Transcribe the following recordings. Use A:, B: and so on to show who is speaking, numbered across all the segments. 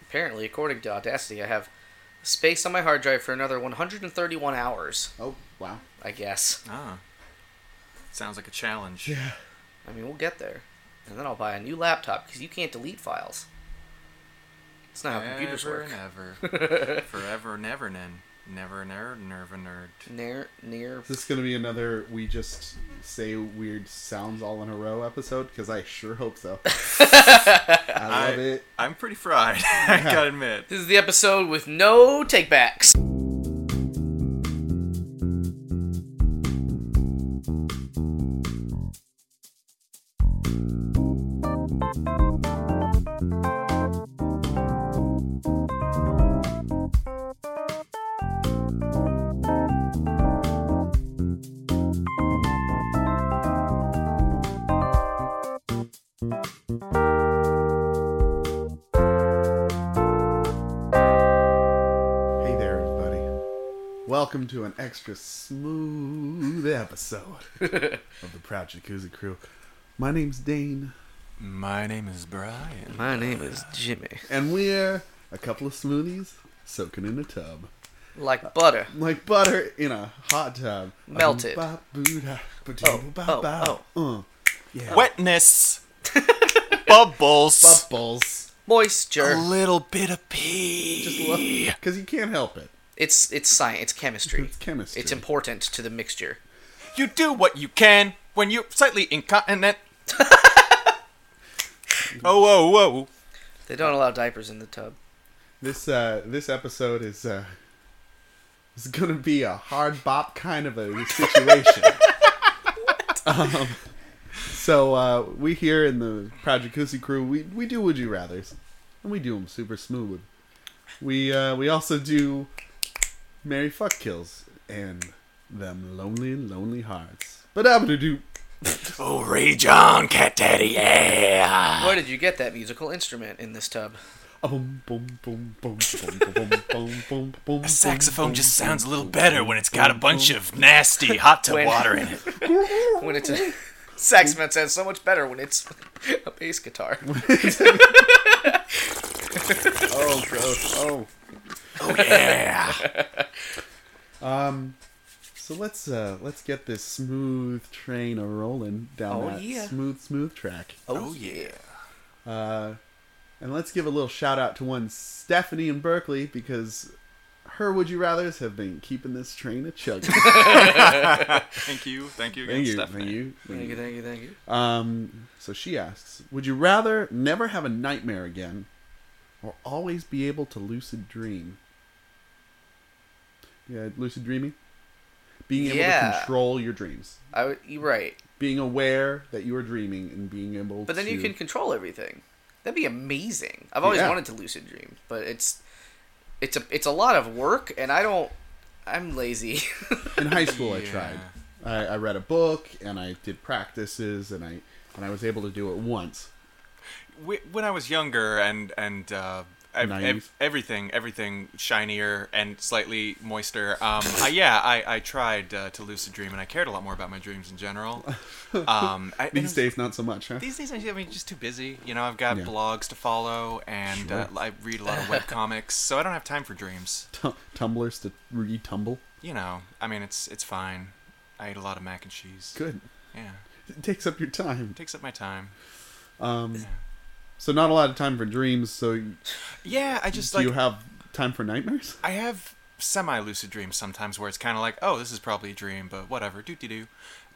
A: Apparently, according to Audacity, I have space on my hard drive for another 131 hours.
B: Oh wow.
A: I guess.
C: Ah. Sounds like a challenge.
B: Yeah.
A: I mean, we'll get there, and then I'll buy a new laptop because you can't delete files. It's not how computers
C: Ever
A: work.
C: and ever. Forever never nin. Never never nerve a nerd.
A: Near, near.
B: Is this gonna be another we just say weird sounds all in a row episode? Because I sure hope so. I love it.
C: I'm pretty fried, I gotta admit.
A: This is the episode with no takebacks.
B: Hey there, everybody. Welcome to an extra smooth episode of the Proud Jacuzzi Crew. My name's Dane,
C: My name is Brian.
A: My name is Jimmy.
B: and we're a couple of smoothies soaking in a tub.
A: Like butter.
B: Like butter in a hot tub. Um,
A: Melted.
B: Ba- boo-da,
A: Oh, oh,
B: ba-doo-ba-ba. Uh, yeah.
C: Wetness Bubbles
B: Bubbles.
A: Moisture.
C: little bit of
B: Just
C: pee.
B: love Because you can't help it.
A: It's it's science. It's chemistry.
B: It's chemistry.
A: It's important to the mixture.
C: You do what you can when you're slightly incontinent. oh, whoa, whoa.
A: They don't allow diapers in the tub.
B: This uh, this episode is uh, is gonna be a hard bop kind of a situation. um, so uh, we here in the Project Jacuzzi crew, we we do would you rather's, and we do them super smooth. We uh, we also do Mary fuck kills and them lonely lonely hearts. But I'm gonna do
C: Oh, rage on, cat daddy, yeah.
A: Where did you get that musical instrument in this tub?
B: um, boom boom boom boom boom boom boom boom. boom,
C: A saxophone
B: boom,
C: just
B: boom,
C: sounds a little
B: boom,
C: better
B: boom,
C: when it's got a
B: boom,
C: bunch
B: boom.
C: of nasty hot tub
A: When-
C: water in it.
A: When it's a saxman sounds so much better when it's a bass guitar.
B: Oh gross! Oh.
C: Oh, yeah.
B: Um, so let's uh let's get this smooth train a rolling down
A: Oh,
B: that
A: yeah.
B: smooth smooth track.
C: Oh, yeah.
B: Uh, and let's give a little shout out to one Stephanie in Berkeley because her would you rather's have been keeping this train a chugging.
C: Thank you. Thank you again,
B: thank you, thank
C: Stephanie.
B: you, thank
A: Thank you,
B: you.
A: thank you, thank you.
B: Um, so she asks, would you rather never have a nightmare again, or always be able to lucid dream? Yeah, lucid dreaming, being able to
A: Yeah.
B: control your dreams.
A: I would, you're right.
B: being aware that you are dreaming and being able
A: But then
B: to
A: you can control everything. That'd be amazing. I've always
B: Yeah.
A: wanted to lucid dream, but it's it's a it's a lot of work, and I don't. I'm lazy.
B: in high school i
C: Yeah.
B: tried I, I read a book and i did practices and i and i was able to do it once
C: Wh- when I was younger and and uh, ev- ev-
B: Naive.
C: everything everything shinier and slightly moister. Um, I, yeah, I I tried uh, to lucid dream and I cared a lot more about my dreams in general. Um, I,
B: these
C: and-
B: days not so much huh
C: These days, I'm just- I mean, just too busy. You know, I've got
B: Yeah.
C: blogs to follow, and
B: Sure.
C: uh, I read a lot of web comics, so I don't have time for dreams.
B: T- tumblers to re-tumble
C: You know, I mean, it's it's fine. I ate a lot of mac and cheese.
B: good
C: Yeah,
B: it takes up your time
C: takes up my time.
B: um so not a lot of time for dreams so y-
C: Yeah, I just
B: do
C: like
B: you have time for nightmares
C: I have semi lucid dreams sometimes where it's kind of like, oh, this is probably a dream, but whatever, doo doo doo.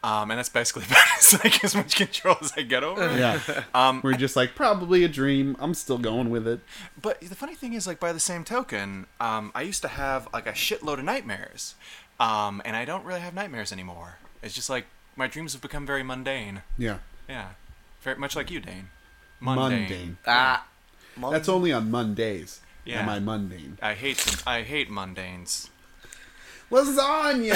C: Um, and that's basically about as, like, as much control as I get over. it.
B: yeah
C: Um,
B: we're just like probably a dream i'm still going with it
C: but the funny thing is, like by the same token, um, I used to have like a shitload of nightmares, um, and I don't really have nightmares anymore. It's just like my dreams have become very mundane.
B: yeah
C: Yeah, very much like you, Dane.
B: Mundane.
A: ah,
B: that's only on mondays
C: Yeah.
B: am i mundane
C: I hate them. I hate mundanes.
B: lasagna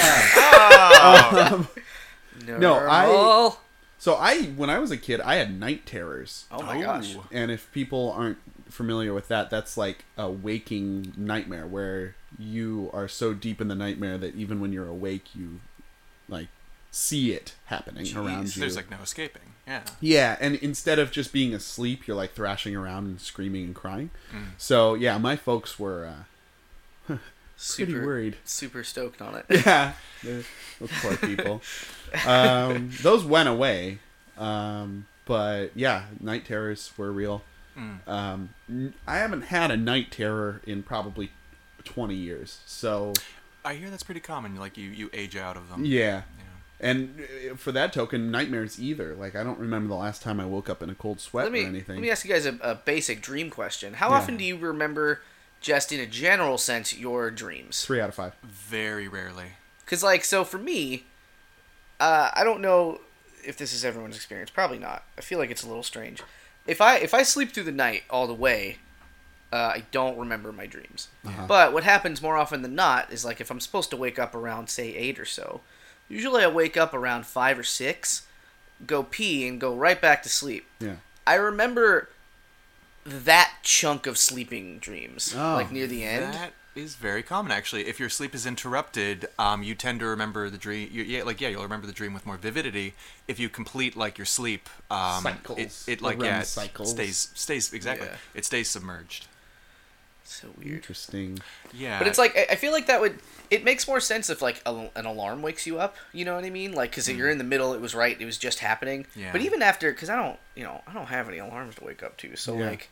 B: No, I-
A: normal.
B: So I, when I was a kid, I had night terrors.
A: Oh my gosh.
C: Oh.
B: And if people aren't familiar with that, that's like a waking nightmare where you are so deep in the nightmare that even when you're awake, you like see it happening around
C: Jeez,
B: you.
C: There's like no escaping. Yeah.
B: Yeah, and instead of just being asleep, you're like thrashing around and screaming and crying.
A: Hmm.
B: So yeah, my folks were uh,
A: Super
B: pretty worried.
A: Super stoked on it.
B: Yeah, those poor people. um, those went away, um, but yeah, night terrors were real.
A: Mm.
B: Um, n- I haven't had a night terror in probably twenty years. So
C: I hear that's pretty common. Like you, you age out of them.
B: yeah,
C: Yeah.
B: and uh, for that token, nightmares either. Like I don't remember the last time I woke up in a cold sweat
A: let me
B: or anything.
A: let me ask you guys a, a basic dream question. How
B: Yeah.
A: often do you remember, just in a general sense, your dreams?
B: Three out of five.
C: Very rarely.
A: Because like so for me, uh, I don't know if this is everyone's experience. Probably not. I feel like it's a little strange. If I if I sleep through the night all the way, uh, I don't remember my dreams. But what happens more often than not is like if I'm supposed to wake up around say eight or so, usually I wake up around five or six, go pee and go right back to sleep.
B: Yeah.
A: I remember that chunk of sleeping dreams,
B: Oh.
A: like near the end.
C: That is very common, actually. If your sleep is interrupted, um, you tend to remember the dream. You, yeah, like yeah, you'll remember the dream with more vividity if you complete like your sleep um,
B: Cycles.
C: It, it like
B: The REM
C: yeah, it
B: cycles.
C: stays stays exactly.
A: Yeah.
C: It stays submerged.
A: so weird.
B: Interesting.
C: Yeah,
A: But it's like I I feel like that would it makes more sense if like a, an alarm wakes you up. You know what I mean? Like because you're in the middle, it was right, it was just happening.
C: Mm. Yeah.
A: But even after, because I don't, you know, I don't have any alarms to wake up to, so
B: Yeah.
A: like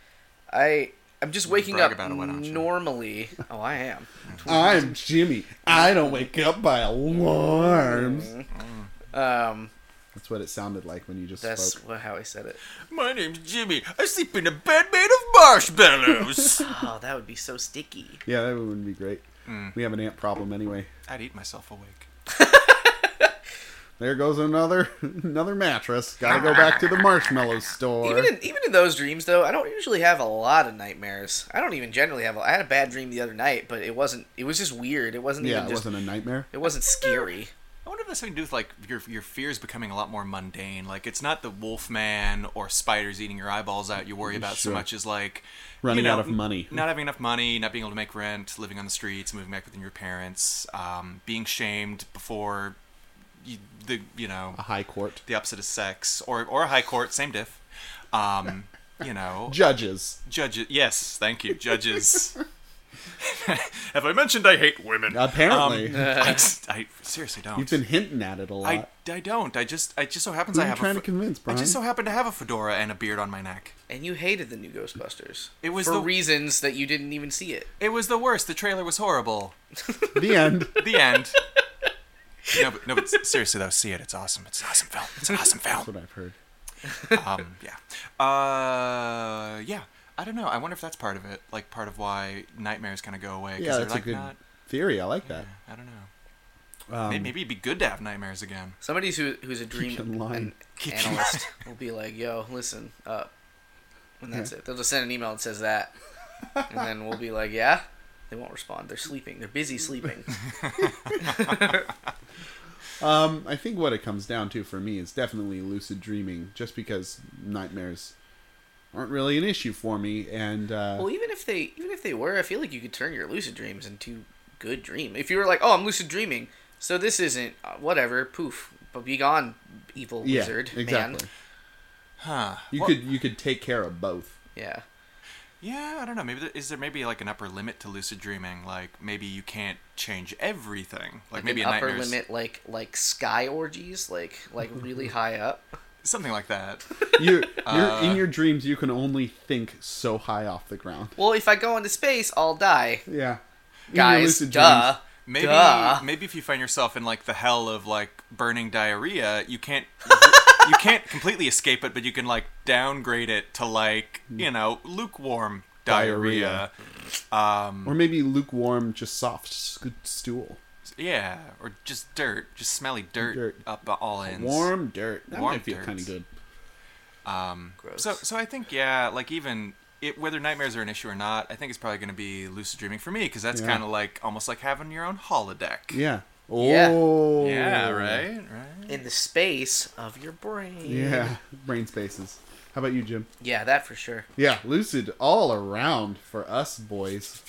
A: I I'm just waking
C: brag
A: up
C: about it, why don't you?
A: normally. Oh, I am.
B: I'm Jimmy. I don't wake up by alarms.
A: Um,
B: That's what it sounded like when you just
A: that's
B: spoke.
A: wha- how I said it.
C: my name's Jimmy. I sleep in a bed made of marshmallows.
A: Oh, that would be so sticky.
B: Yeah, that wouldn't be great. We have an ant problem anyway.
C: I'd eat myself awake.
B: There goes another another mattress. Gotta go back to the marshmallow store.
A: Even in, even in those dreams though, I don't usually have a lot of nightmares. I don't even generally have. A, I had a bad dream the other night, but it wasn't. It was just weird. It wasn't
B: yeah,
A: even
B: it
A: just.
B: wasn't a nightmare.
A: It wasn't scary.
C: I wonder if that's something to do with like your your fears becoming a lot more mundane. Like it's not the wolf man or spiders eating your eyeballs out you worry about
B: Sure.
C: so much as like
B: Running
C: you know,
B: out of money.
C: not having enough money, not being able to make rent, living on the streets, moving back with your parents, um, being shamed before you, the you know
B: A high court.
C: the opposite of sex or or a high court, same diff. Um, you know,
B: Judges.
C: judges. Yes, thank you, judges. Have I mentioned I hate women?
B: Apparently.
C: um, I, just- I seriously don't.
B: You've been hinting at it a lot.
C: I, I don't. I just I just so happens
B: Who
C: I
B: you
C: have
B: trying to
C: a
B: convince,
C: I
B: Brian?
C: just so happen to have a fedora and a beard on my neck.
A: and you hated the new Ghostbusters.
C: It was
A: for
C: the-
A: reasons that you didn't even see it.
C: It was the worst. The trailer was horrible.
B: the end.
C: The end. no, but, no, but seriously though, see it. It's awesome. It's an awesome film. It's an awesome
B: That's
C: film.
B: what I've heard.
C: Um, yeah. Uh, yeah. I don't know. I wonder if that's part of it. Like part of why nightmares kind of go away. 'cause
B: Yeah,
C: they're,
B: that's
C: like,
B: a good
C: Not,
B: theory. I like that.
C: I don't know. May-
B: Um,
C: Maybe it'd be good to have nightmares again.
A: Somebody who who's a dream
B: Keep in line.
A: an
C: Keep in
A: analyst will be like, "Yo, listen up," and that's it. They'll just send an email that says that, and then we'll be like, "Yeah." They won't respond. They're sleeping. They're busy sleeping.
B: Um, I think what it comes down to for me is definitely lucid dreaming, just because nightmares aren't really an issue for me, and uh,
A: well, even if they even if they were, I feel like you could turn your lucid dreams into good dream. If you were like, "Oh, I'm lucid dreaming," so this isn't uh, whatever. Poof, but be gone, evil
B: yeah,
A: wizard
B: exactly.
A: man.
C: Huh.
B: You
C: Well,
B: could you could take care of both.
A: Yeah.
C: Yeah, I don't know. Maybe there, is there maybe like an upper limit to lucid dreaming? Like maybe you can't change everything. Like, maybe
A: an
C: in
A: upper
C: nightmares-
A: limit like like sky orgies like like really high up
C: something like that.
B: You're, you're
A: Uh,
B: in your dreams. You can only think so high off the ground.
A: well if i go into space i'll die
B: Yeah, In your
A: guys
B: lucid
A: duh
C: Maybe
A: Duh.
C: maybe if you find yourself in like the hell of like burning diarrhea, you can't you can't completely escape it, but you can like downgrade it to like you know lukewarm diarrhea. Um,
B: dreams. or maybe lukewarm, just soft s- stool,
C: yeah, or just dirt, just smelly dirt,
B: Dirt.
C: up all ends.
B: warm dirt. That
C: Warm
B: might feel
C: dirt.
B: kind of good.
C: Um,
A: Gross.
C: So so I think yeah, like even. It, whether nightmares are an issue or not, I think it's probably going to be lucid dreaming for me because that's
B: Yeah.
C: kind of like almost like having your own holodeck.
B: Yeah.
A: Yeah.
B: Oh.
C: yeah right, right.
A: in the space of your brain
B: Yeah. Brain spaces. How about you, Jim?
A: yeah that for sure
B: Yeah, lucid all around for us boys.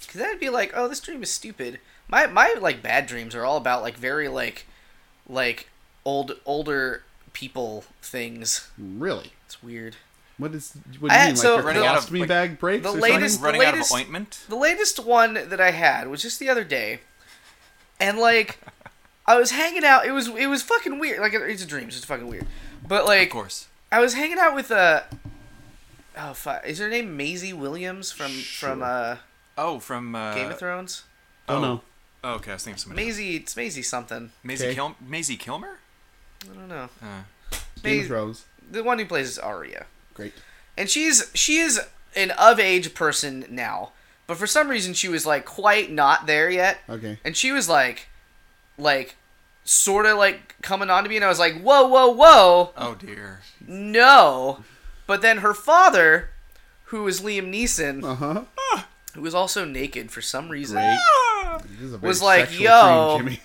A: because that'd be like oh this dream is stupid my my like bad dreams are all about like very like like old older people things.
B: Really?
A: It's weird.
B: What is? What do
A: I
B: you
A: had-
B: mean?
A: so
B: like
A: Running
B: your
C: out of,
B: colostomy
C: like,
B: bag breaks?
A: the
B: or
A: latest-
B: something?
C: Running
A: latest-
C: out of ointment.
A: The latest one that I had was just the other day, and like, I was hanging out. It was it was fucking weird. Like it's a dream. It's just fucking weird. But like,
C: Of course.
A: I was hanging out with uh, oh fuck, is her name Maisie Williams from from
B: Sure.
A: uh
C: Oh, from uh,
A: Game of Thrones?
B: Don't
C: oh.
B: know.
C: Oh, okay, I was thinking of somebody.
A: Maisie, it's Maisie something.
C: Maisie,
B: Okay.
C: Kil- Maisie Kilmer.
A: I don't know.
C: Uh,
B: Game
A: Maisie-
B: of Thrones.
A: the one who plays Arya.
B: Great.
A: and she's she is an of age person now but for some reason she was like quite not there yet
B: Okay.
A: and she was like like sort of like coming on to me and i was like whoa whoa whoa
C: oh dear.
A: no but then her father who is liam neeson
B: Uh huh.
A: who was also naked for some reason
B: Great.
C: Ah!
B: This is a very
A: Was like,
B: sexual
A: yo.
B: dream, Jimmy.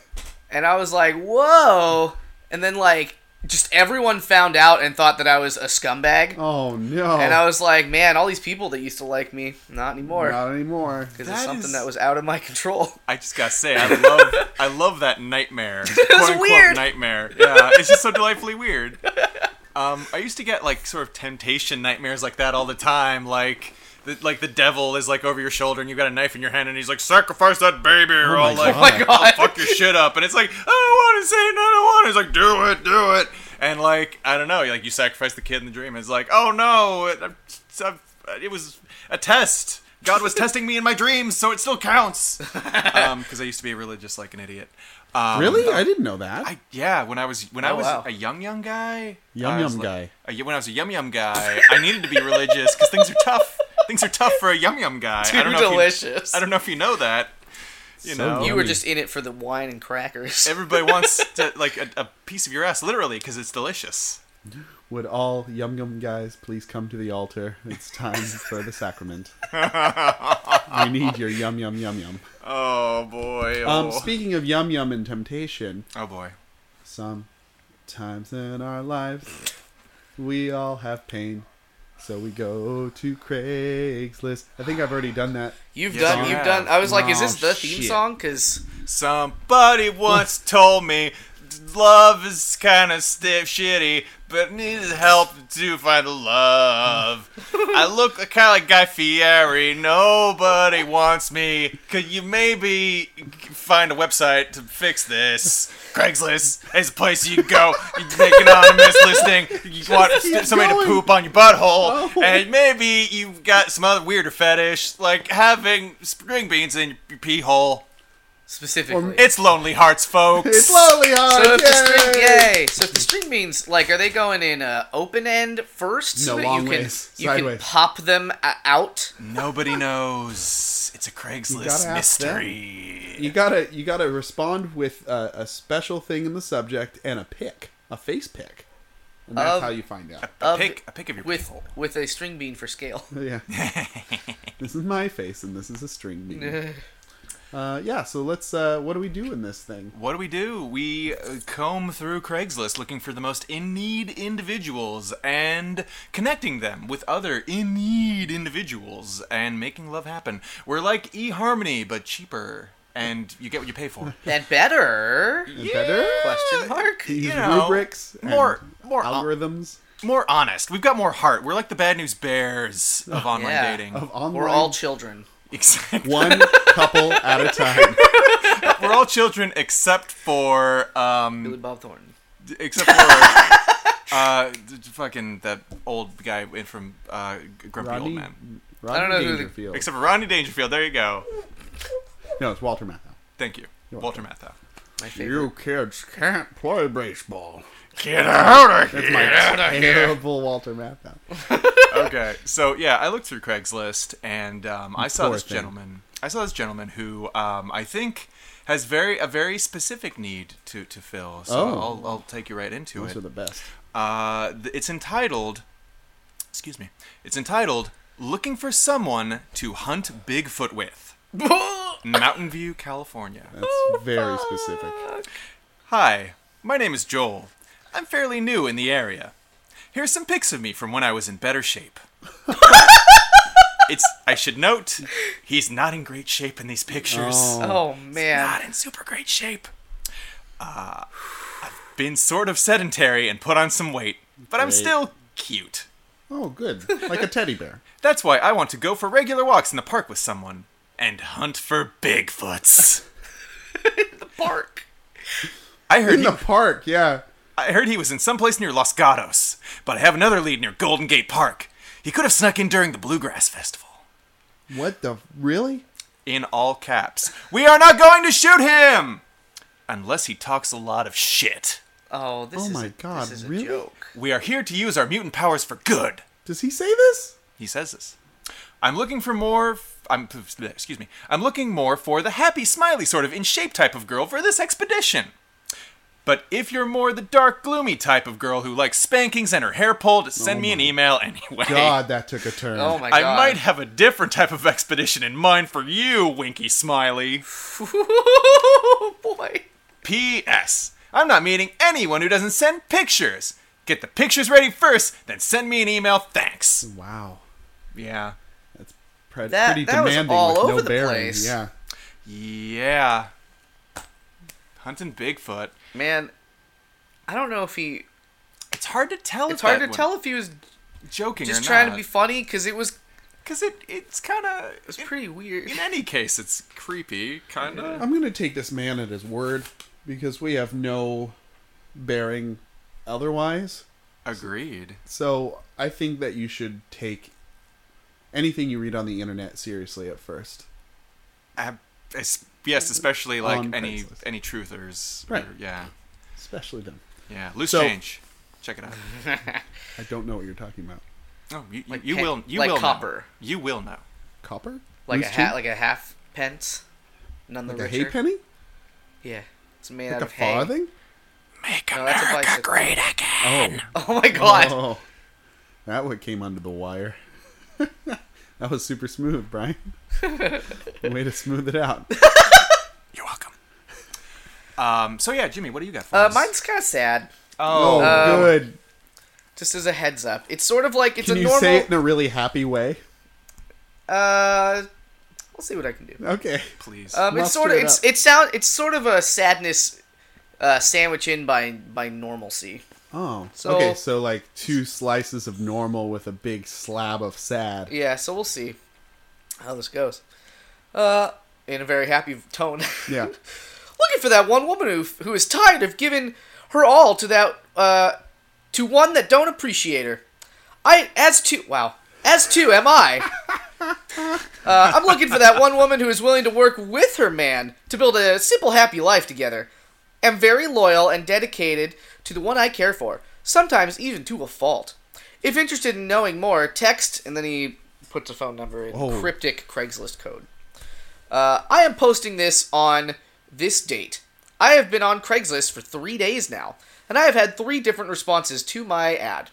A: and i was like whoa and then like just everyone found out and thought that i was a scumbag
B: Oh no.
A: and i was like man all these people that used to like me not anymore
B: Not anymore.
A: because it's
C: That
A: something
C: is-
A: that was out of my control.
C: I just gotta say, I love, I love that nightmare. It
A: weird.
C: Nightmare. Yeah, it's just so delightfully weird. Um, I used to get like sort of temptation nightmares like that all the time. Like, the, like the devil is like over your shoulder and you've got a knife in your hand and he's like, sacrifice that baby or
B: Oh my
C: I'll
B: God.
C: like,
B: Oh
A: my God.
C: I'll fuck your shit up. And it's like, I don't want to say it, I don't want. to." He's like, do it, do it. And like, I don't know, like you sacrifice the kid in the dream. And it's like, oh no, it, I've, I've, it was a test. God was testing me in my dreams, so it still counts. Um, because I used to be religious like an idiot. Um,
B: Really? I didn't know that.
C: I, yeah, when I was when I
A: Oh,
C: was
A: wow.
C: a young young guy,
B: Yum
C: I was
B: yum guy.
C: like- a y- when I was a yum yum guy, I needed to be religious because things are tough. Things are tough for a yum yum guy. I don't
A: Too
C: know If
A: delicious.
C: you, I don't know if you know that. You
B: So
C: know,
A: You were
B: Yummy.
A: just in it for the wine and crackers.
C: everybody wants to like a, a piece of your ass, literally, because it's delicious.
B: Would all yum yum guys please come to the altar? It's time for the sacrament. I need your yum yum yum yum.
C: Oh boy. Oh,
B: Um, speaking of yum yum and temptation,
C: oh boy.
B: Sometimes in our lives, we all have pain. So we go to Craigslist. I think I've already done that.
A: You've
C: Yeah.
A: done. You've done. I was like, is
B: Oh,
A: this the theme
B: shit.
A: song? Because
C: Somebody once told me love is kind of stiff, shitty, but needs help to find love. I look kind of like Guy Fieri. Nobody wants me. Could you maybe find a website to fix this? Craigslist is a place you go. You make an anonymous listing. You want
B: keep
C: somebody
B: going. Oh.
C: to poop on your butthole,
B: No.
C: and maybe you've got some other weirder fetish, like having spring beans in your pee hole.
A: specifically.
C: It's Lonely Hearts, folks.
B: It's lonely
A: so
B: hard.
A: if the string,
B: yay!
A: yay! So if the string means like, are they going in uh, open end first, so
B: No,
A: that
B: long
A: you can
B: ways.
A: you
B: Sideways.
A: can pop them uh, out?
C: Mm. Nobody knows. It's a Craigslist
B: gotta ask them.
C: mystery.
B: You gotta you gotta respond with a, a special thing in the subject and a pic, a face pic, and that's
A: Of-
B: how you find out.
C: A
A: Of-
C: pick, a pick of your
A: With
C: people.
A: with a string bean for scale.
B: Yeah, this is my face and this is a string bean. Uh, yeah, so let's. Uh, what do we do in this thing?
C: What do we do? We uh, comb through Craigslist looking for the most in need individuals and connecting them with other in need individuals and making love happen. We're like eHarmony, but cheaper. And you get what you pay for.
A: then better?
C: Mm.
B: And Better
A: Question mark.
B: Use
C: you know,
B: rubrics, and
C: more- more al-
B: algorithms
C: More honest. We've got more heart. We're like the bad news bears of online
A: Yeah.
C: dating.
B: of online.
A: We're all children.
C: Exactly.
B: one couple at a time.
C: We're all children except for
A: Billy
C: um
A: Bob Thornton.
C: d- except for uh d- d- fucking that old guy in from uh G- Grumpy Old
B: Rodney,
C: Man.
B: Rodney
A: I don't know who the-
B: Dangerfield.
C: Except for Rodney Dangerfield. There you go.
B: no, it's Walter Matthau.
C: Thank you. Walter Matthau.
A: My favorite.
B: kids can't play baseball.
C: Get out of
B: That's my terrible Walter Matthau.
C: okay, so yeah, I looked through Craigslist and um, I saw
B: Poor
C: this
B: thing.
C: gentleman. I saw this gentleman who um, I think has very a very specific need to to fill. So
B: Oh.
C: I'll I'll take you right into
B: Those
C: it.
B: are the best.
C: Uh, th- it's entitled. Excuse me. It's entitled "Looking for Someone to Hunt Bigfoot with."
A: Oh,
C: Mountain View, California.
B: That's very specific.
C: Hi, my name is Joel. I'm fairly new in the area. Here's some pics of me from when I was in better shape. it's. I should note, he's not in great shape in these pictures
A: Oh
B: Oh.
A: man.
C: not in super great shape. Uh, I've been sort of sedentary and put on some weight, but I'm
B: Great.
C: still cute.
B: Oh, good. Like a teddy bear.
C: That's why I want to go for regular walks in the park with someone and hunt for Bigfoots.
A: The park.
C: I heard
B: In
C: he,
B: the park, yeah.
C: I heard he was in some place near Los Gatos, but I have another lead near Golden Gate Park. He could have snuck in during the Bluegrass Festival.
B: What the? Really?
C: In all caps, we are not going to shoot him unless he talks a lot of shit.
A: Oh, this
B: Oh
A: is
B: my
A: a,
B: God,
A: This is
B: really?
A: a joke.
C: We are here to use our mutant powers for good.
B: Does he say this?
C: He says this. I'm looking for more. F- I'm excuse me. I'm looking more for the happy, smiley sort of in shape type of girl for this expedition. But if you're more the dark, gloomy type of girl who likes spankings and her hair pulled, send me an email anyway.
B: God, that took a turn.
A: Oh my god.
C: I might have a different type of expedition in mind for you, Winky Smiley.
A: Oh, boy.
C: P.S. I'm not meeting anyone who doesn't send pictures. Get the pictures ready first, then send me an email. Thanks.
B: Wow.
C: Yeah.
B: That's pre-
A: That-
B: pretty
A: that was
B: demanding.
A: all
B: with no
A: over the
B: bearing.
A: place.
B: Yeah.
C: Yeah. Hunting Bigfoot.
A: Man, I don't know if he.
C: It's hard to tell.
A: It's
C: if
A: hard
C: that
A: to
C: one-
A: tell if he was
C: Joking
A: just
C: or
A: trying
C: not.
A: to be funny because it was
C: Because it it's kind of.
A: it's pretty weird.
C: In any case, it's creepy, kind of.
B: I'm gonna take this man at his word because we have no bearing otherwise.
C: Agreed.
B: So I think that you should take anything you read on the internet seriously at first.
C: Ab- es- yes, especially like
B: On
C: any
B: Craigslist.
C: any truthers.
B: Right.
C: or- yeah,
B: Especially them.
C: yeah. Loose
B: So-
C: change. Check it out.
B: I don't know what you're talking about.
C: Oh, you, you,
A: Like
C: you
A: pe-
C: will you
A: like
C: will
A: copper.
C: know. You will know.
B: Copper?
A: like a
B: Loose
A: hat,
B: change?
A: like a half pence. None the
B: like a
A: richer.
B: penny?
A: Yeah, it's made
B: Like
A: out
B: a
A: of hay.
B: farthing?
C: Make
A: No, that's a bicycle.
C: great again.
B: Oh.
A: Oh my god!
B: Oh, that what came under the wire. that was super smooth, Brian. Way to smooth it out.
C: Oh. You're welcome. Um. So yeah, Jimmy, what do you got for
A: Uh,
C: us?
A: mine's kind of sad.
B: Oh,
C: Oh.
A: Um,
B: good.
A: Just as a heads up, it's sort of like it's
B: Can
A: a
B: you
A: normal.
B: say it in a really happy way?
A: Uh, we'll see what I can do.
B: Okay.
C: please.
A: Um, it's
B: Muster
A: sort of
B: it
A: it's
B: up.
A: it sound it's sort of a sadness, uh, sandwich in by by normalcy.
B: Oh.
A: So-
B: okay, so like two slices of normal with a big slab of sad.
A: Yeah, so we'll see how this goes. Uh, in a very happy tone.
B: Yeah.
A: Looking for that one woman who who is tired of giving her all to that uh to one that don't appreciate her. I as to wow as to am I. Uh, I'm looking for that one woman who is willing to work with her man to build a simple, happy life together. Am very loyal and dedicated to the one I care for, sometimes even to a fault. If interested in knowing more, text, and then he puts a phone number in
B: Oh.
A: cryptic Craigslist code. Uh, I am posting this on this date. I have been on Craigslist for three days now, and I have had three different responses to my ad.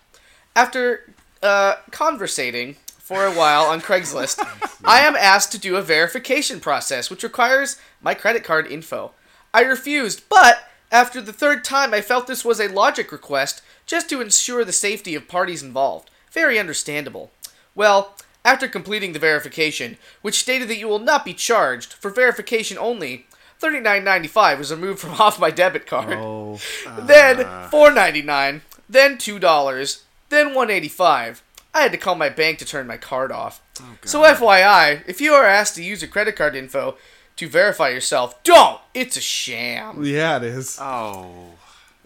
A: After uh, conversating for a while on Craigslist, I am asked to do a verification process, which requires my credit card info. I refused, but after the third time, I felt this was a logic request just to ensure the safety of parties involved. Very understandable. Well, after completing the verification, which stated that you will not be charged for verification only, thirty-nine ninety-five was removed from off my debit card
B: Oh.
A: then four ninety nine, then two dollars, then one eighty five. I had to call my bank to turn my card off. so FYI, if you are asked to use your credit card info to verify yourself, don't. It's a sham.
B: Yeah, it is.
A: Uh,
C: oh.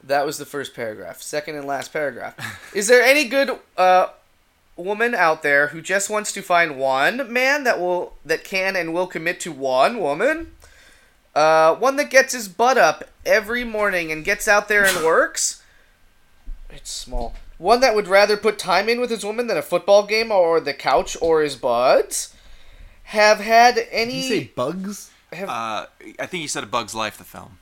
A: That was the first paragraph. Second and last paragraph. Is there any good uh, woman out there who just wants to find one man that will that can and will commit to one woman? Uh, one that gets his butt up every morning and gets out there and works. It's small. One that would rather put time in with his woman than a football game or the couch or his buds. Have had
B: Did
A: any?
B: you say bugs?
C: Uh, I think you said a Bug's Life, the film.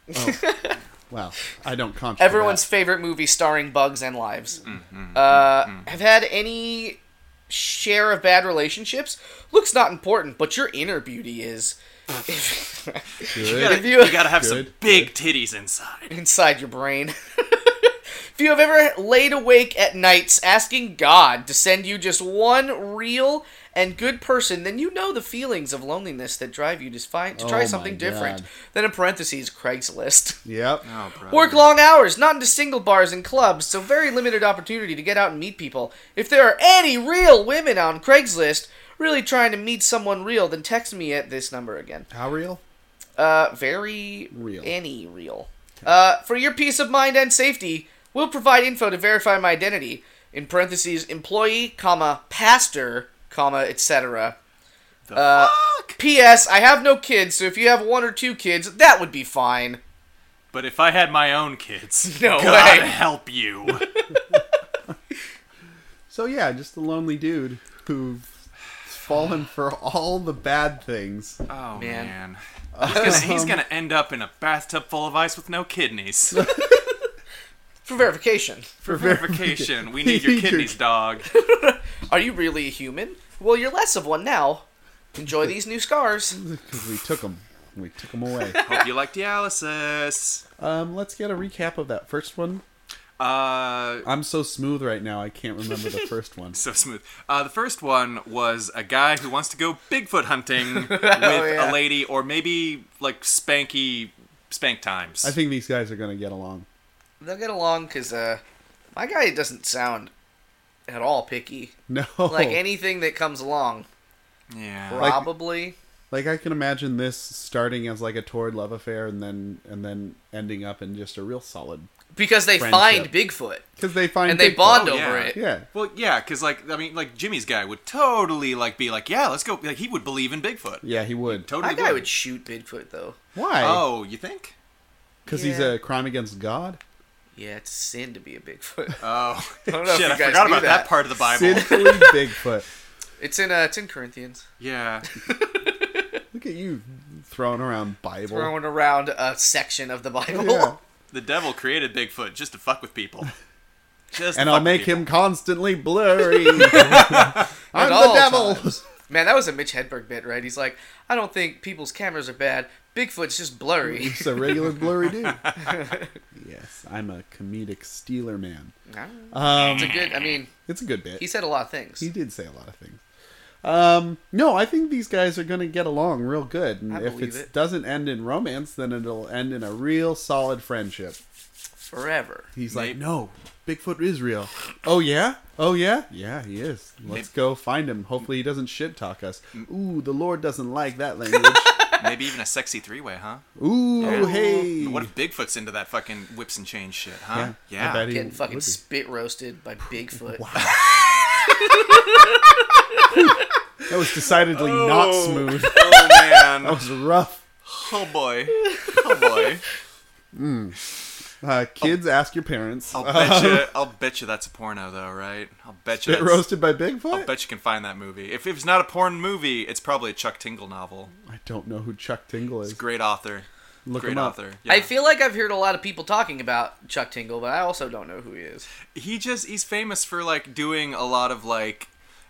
B: Wow. I don't contra
A: everyone's
B: that.
A: favorite movie starring bugs and lives.
B: Mm,
A: uh, Have had any share of bad relationships? Looks not important, but your inner beauty is.
B: Good.
C: You gotta,
A: If you-
C: you gotta have some
B: Good,
C: big titties inside.
A: inside your brain. if you have ever laid awake at nights asking God to send you just one real and good person, then you know the feelings of loneliness that drive you to find to
B: Oh
A: try
B: my
A: something different.
B: God.
A: Then in parentheses, Craigslist.
B: Yep.
C: Oh, bro.
A: Work long hours, not into single bars and clubs, so very limited opportunity to get out and meet people. If there are any real women on Craigslist really trying to meet someone real, then text me at this number again.
B: How real?
A: Uh, very
B: Real.
A: Any real. Uh, for your peace of mind and safety, we'll provide info to verify my identity. In parentheses, employee, comma, pastor, comma, etc.
C: The
A: Uh,
C: fuck?
A: P.S. I have no kids, so if you have one or two kids, that would be fine.
C: But if I had my own kids,
A: No
C: God
A: way.
C: help you.
B: So yeah, just a lonely dude who's fallen for all the bad things.
C: Oh
A: Man. Uh, um,
C: man, He's, gonna, he's gonna end up in a bathtub full of ice with no kidneys.
A: For verification.
C: For verification, we need your
B: Your-
C: kidneys, dog.
A: Are you really a human? Well, you're less of one now. Enjoy these new scars.
B: Because we took them. We took them away.
C: Hope you like dialysis.
B: um, let's get a recap of that first one.
C: Uh,
B: I'm so smooth right now, I can't remember the first one.
C: so smooth. Uh, the first one was a guy who wants to go Bigfoot hunting with
A: Oh, yeah.
C: a lady, or maybe like spanky spank times.
B: I think these guys are gonna get along.
A: They'll get along because uh, my guy doesn't sound at all picky.
B: No,
A: Like anything that comes along,
C: yeah.
B: Oh. Like-
A: probably.
B: Like, I can imagine this starting as like a torrid love affair, and then and then ending up in just a real solid
A: because they
B: Friendship.
A: find Bigfoot
B: because they find
A: and they
B: Bigfoot.
A: bond
C: Oh,
A: over
C: yeah.
A: it.
B: Yeah,
C: Well, yeah, because like I mean, like Jimmy's guy would totally like be like, yeah, let's go. Like he would believe in Bigfoot.
B: yeah, he would.
C: Totally.
A: My guy would shoot Bigfoot though.
B: Why?
C: Oh, you think?
B: Because he's
A: yeah.
B: a crime against God.
A: Yeah, it's a sin to be a Bigfoot.
C: Oh,
A: don't know if you
C: shit! I
A: guys
C: forgot
A: knew
C: about
A: that.
C: that. part of the Bible.
B: Sinfully Bigfoot.
A: It's in uh, it's in Corinthians.
C: Yeah.
B: Look at you throwing around Bible.
A: Throwing around a section of the Bible.
B: Yeah.
C: The devil created Bigfoot just to fuck with people. Just
B: and
C: to
B: I'll
C: fuck with
B: make
C: people.
B: him constantly blurry. I'm the
A: all
B: devil.
A: times. Man, that was a Mitch Hedberg bit, right? He's like, I don't think people's cameras are bad. Bigfoot's just blurry.
B: He's a regular blurry dude. yes, I'm a comedic stealer man.
A: I don't know.
B: Um,
A: it's a good. I mean,
B: it's a good bit.
A: he said a lot of things.
B: he did say a lot of things. Um, no, I think these guys are going to get along real good. And
A: I
B: if
A: believe
B: it,
A: it.
B: doesn't end in romance, then it'll end in a real solid friendship.
A: Forever.
B: He's like,
C: Maybe-
B: no, Bigfoot is real. Oh yeah, oh yeah, yeah, he is. Let's go find him. Hopefully, he doesn't shit talk us.
C: Mm.
B: Ooh, the Lord doesn't like that language.
C: Maybe even a sexy three way, huh?
B: Ooh,
C: Yeah.
B: Oh, hey.
C: What if Bigfoot's into that fucking whips and chains shit,
B: Yeah,
C: huh?
B: I bet he
A: Getting
B: would
A: fucking
B: be.
A: spit roasted by Bigfoot.
B: That was decidedly not smooth. That
C: oh man.
B: was rough.
C: Oh boy. Oh boy. Oh.
B: Uh, kids, ask your parents.
C: I'll
B: Uh,
C: bet you. I'll bet you that's a porno though, right? I'll bet you.
B: get
C: that's-
B: roasted by
C: I'll
B: Bigfoot.
C: bet you can find that movie. If it's not a porn movie, it's probably a Chuck Tingle novel.
B: I don't know who Chuck Tingle is.
C: He's a great author.
B: Look
C: great
B: him up.
C: author.
A: I
C: Yeah.
A: feel like I've heard a lot of people talking about Chuck Tingle, but I also don't know who he is.
C: he just he's famous for like doing a lot of like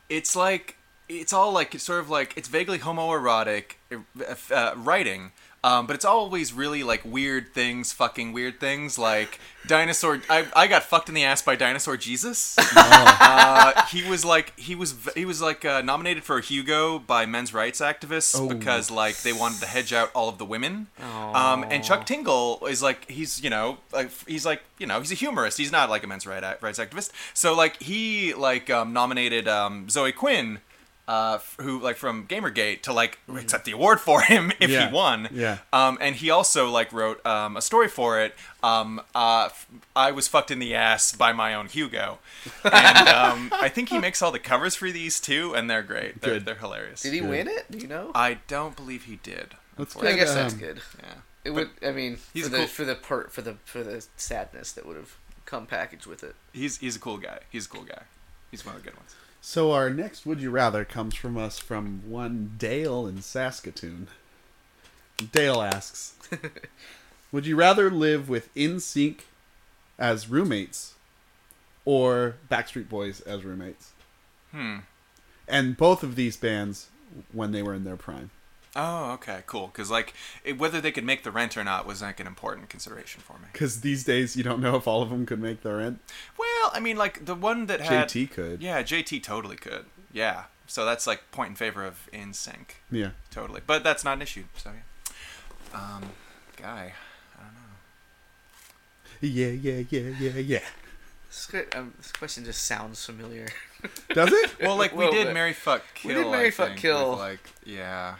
C: it's like it's all like it's sort of like it's vaguely homoerotic uh, uh, writing um, but it's always really like weird things fucking weird things like dinosaur I, I got fucked in the ass by dinosaur jesus uh, he was like he was v- he was like uh, nominated for a hugo by men's rights activists
B: Oh.
C: because like they wanted to hedge out all of the women um, and chuck tingle is like he's you know like, he's like you know he's a humorist he's not like a men's right, rights activist so like he like um, nominated um, zoe quinn uh, f- who like from Gamergate to like accept the award for him if
B: Mm. Yeah.
C: he won.
B: Yeah.
C: Um, and he also like wrote um, a story for it. Um, uh, f- I was fucked in the ass by my own Hugo, and um, I think he makes all the covers for these too, and they're great. They're,
B: Good.
C: they're hilarious.
A: Did he win it? Do you know?
C: I don't believe he did.
B: Let's
A: I
B: get,
A: guess that's
B: um,
A: good.
C: Yeah.
A: It would. I mean,
C: he's
A: for
C: a
A: the
C: cool-
A: for the per, for the for the sadness that would have come packaged with it.
C: He's he's a cool guy. He's a cool guy. He's one of the good ones.
B: So our next "Would You Rather" comes from us from one Dale in Saskatoon. Dale asks, "Would you rather live with InSync as roommates or Backstreet Boys as roommates?"
C: Hmm.
B: And both of these bands when they were in their prime.
C: Oh, okay, cool. Because like it, whether they could make the rent or not was like an important consideration for me.
B: Because these days you don't know if all of them could make the rent.
C: Well, I mean, like the one that had
B: JT could.
C: Yeah, JT totally could. Yeah. So that's like point in favor of in sync.
B: Yeah.
C: Totally. But that's not an issue. So yeah. Um, guy, I don't know.
B: Yeah, yeah, yeah, yeah, yeah.
A: This, que- um, this question just sounds familiar.
B: Does it?
C: Well, like we
A: Well,
C: did
A: but-
C: marry fuck
A: We
C: kill.
A: did marry,
C: I
A: fuck,
C: think,
A: kill.
C: with, like yeah.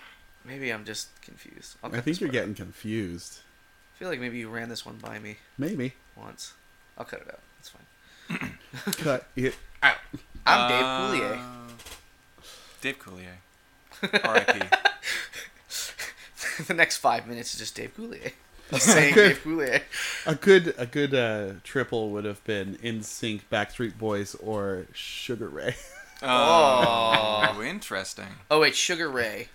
A: Maybe I'm just confused. I'll
B: I
A: cut
B: think
A: this
B: you're
A: part.
B: getting confused.
A: I feel like maybe you ran this one by me
B: Maybe.
A: once. I'll cut it out. It's fine.
B: Cut it.
A: Ow. I'm Dave
C: Uh,
A: Coulier.
C: Dave Coulier. R.I.P.
A: the next five minutes is just Dave Coulier. Just saying Dave Coulier.
B: A good a good uh, triple would have been In Sync, Backstreet Boys, or Sugar Ray.
C: Um, Oh, interesting.
A: Oh wait, Sugar Ray.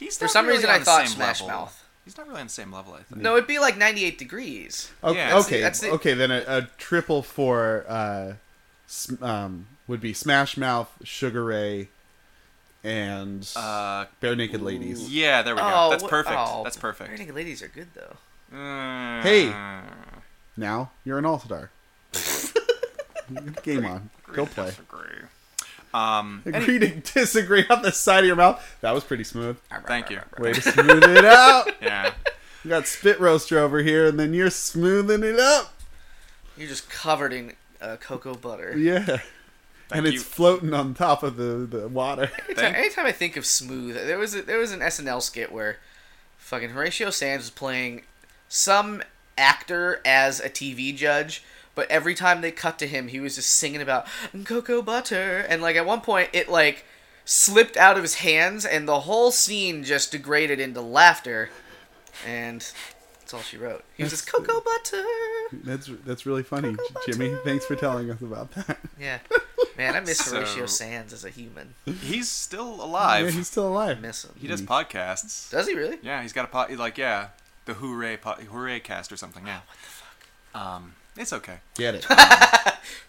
C: He's
A: For
C: not
A: some
C: really
A: reason,
C: on
A: I
C: the
A: thought
C: same
A: Smash
C: level.
A: Mouth.
C: He's not really on the same level, I think.
A: No, it'd be like 98 degrees.
B: Okay,
C: Yeah, that's
A: the-
B: okay,
A: that's the-
B: okay. Then a, a triple for uh, sm- um, would be Smash Mouth, Sugar Ray, and
C: Uh,
B: Bare Naked Ladies.
C: yeah, there we go.
A: Oh,
C: That's
A: wh-
C: perfect.
A: oh,
C: That's
A: Bare
C: perfect.
A: Naked Ladies are good though.
B: Hey.
C: Mm.
B: Now you're an All Star. Game on, go play.
C: Disagree. Um,
B: Agree to disagree on the side of your mouth. That was pretty smooth.
C: thank you.
B: Way to smooth it out.
C: Yeah.
B: You got spit roaster over here, and then you're smoothing it up.
A: You're just covered in uh, cocoa butter.
B: Yeah. and it's
C: you.
B: floating on top of the, the water.
A: Anytime,
C: Thank-
A: anytime I think of smooth, there was a, there was an SNL skit where fucking Horatio Sands was playing some actor as a TV judge, but every time they cut to him, he was just singing about cocoa butter, and like at one point, it like slipped out of his hands, and the whole scene just degraded into laughter, and that's all she wrote. He was just cocoa butter.
B: That's that's really funny, Jimmy. Thanks for telling us about that.
A: Yeah, man, I miss
C: So-
A: Horatio Sands as a human.
C: He's still
B: Yeah,
C: alive.
B: he's still alive.
A: Miss him.
C: he does podcasts.
A: Does he really?
C: Yeah, he's got a pod. Like, yeah, the Hooray pod, Hooray cast or something. Yeah. What the fuck? Um, it's okay.
B: Get it.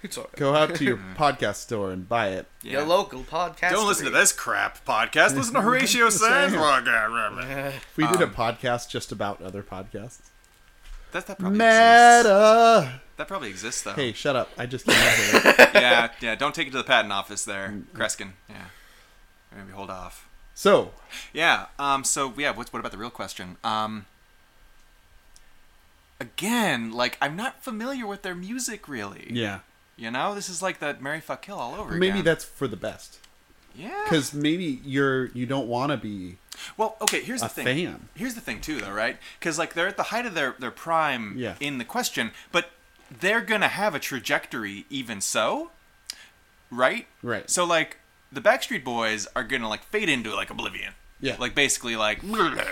A: It's all right.
B: Go out to your podcast store and buy it.
C: Yeah.
A: Your local podcast.
C: Don't listen to this crap podcast. Listen to Horatio Sands.
B: If we
C: Um,
B: did a podcast just about other podcasts.
C: That, that probably exists.
B: Meta.
C: That probably exists, though.
B: Hey, shut up! I just came out of it.
C: Yeah, yeah. Don't take it to the patent office there, Kreskin. Yeah. Maybe hold off.
B: So,
C: Yeah. Um. So yeah. What's what about the real question? Um. Again, like I'm not familiar with their music really.
B: yeah,
C: You know, this is like that Mary Fuck Kill all over
B: maybe
C: again.
B: that's for the best
C: yeah.
B: because maybe you're you don't want to be
C: Well, okay. Here's
B: a
C: the thing.
B: fan.
C: Here's the thing too, though, right? Because like they're at the height of their their prime
B: Yeah.
C: in the question, but they're gonna have a trajectory even so, right?
B: Right.
C: So like the Backstreet Boys are gonna like fade into like oblivion.
B: Yeah.
C: Like basically like,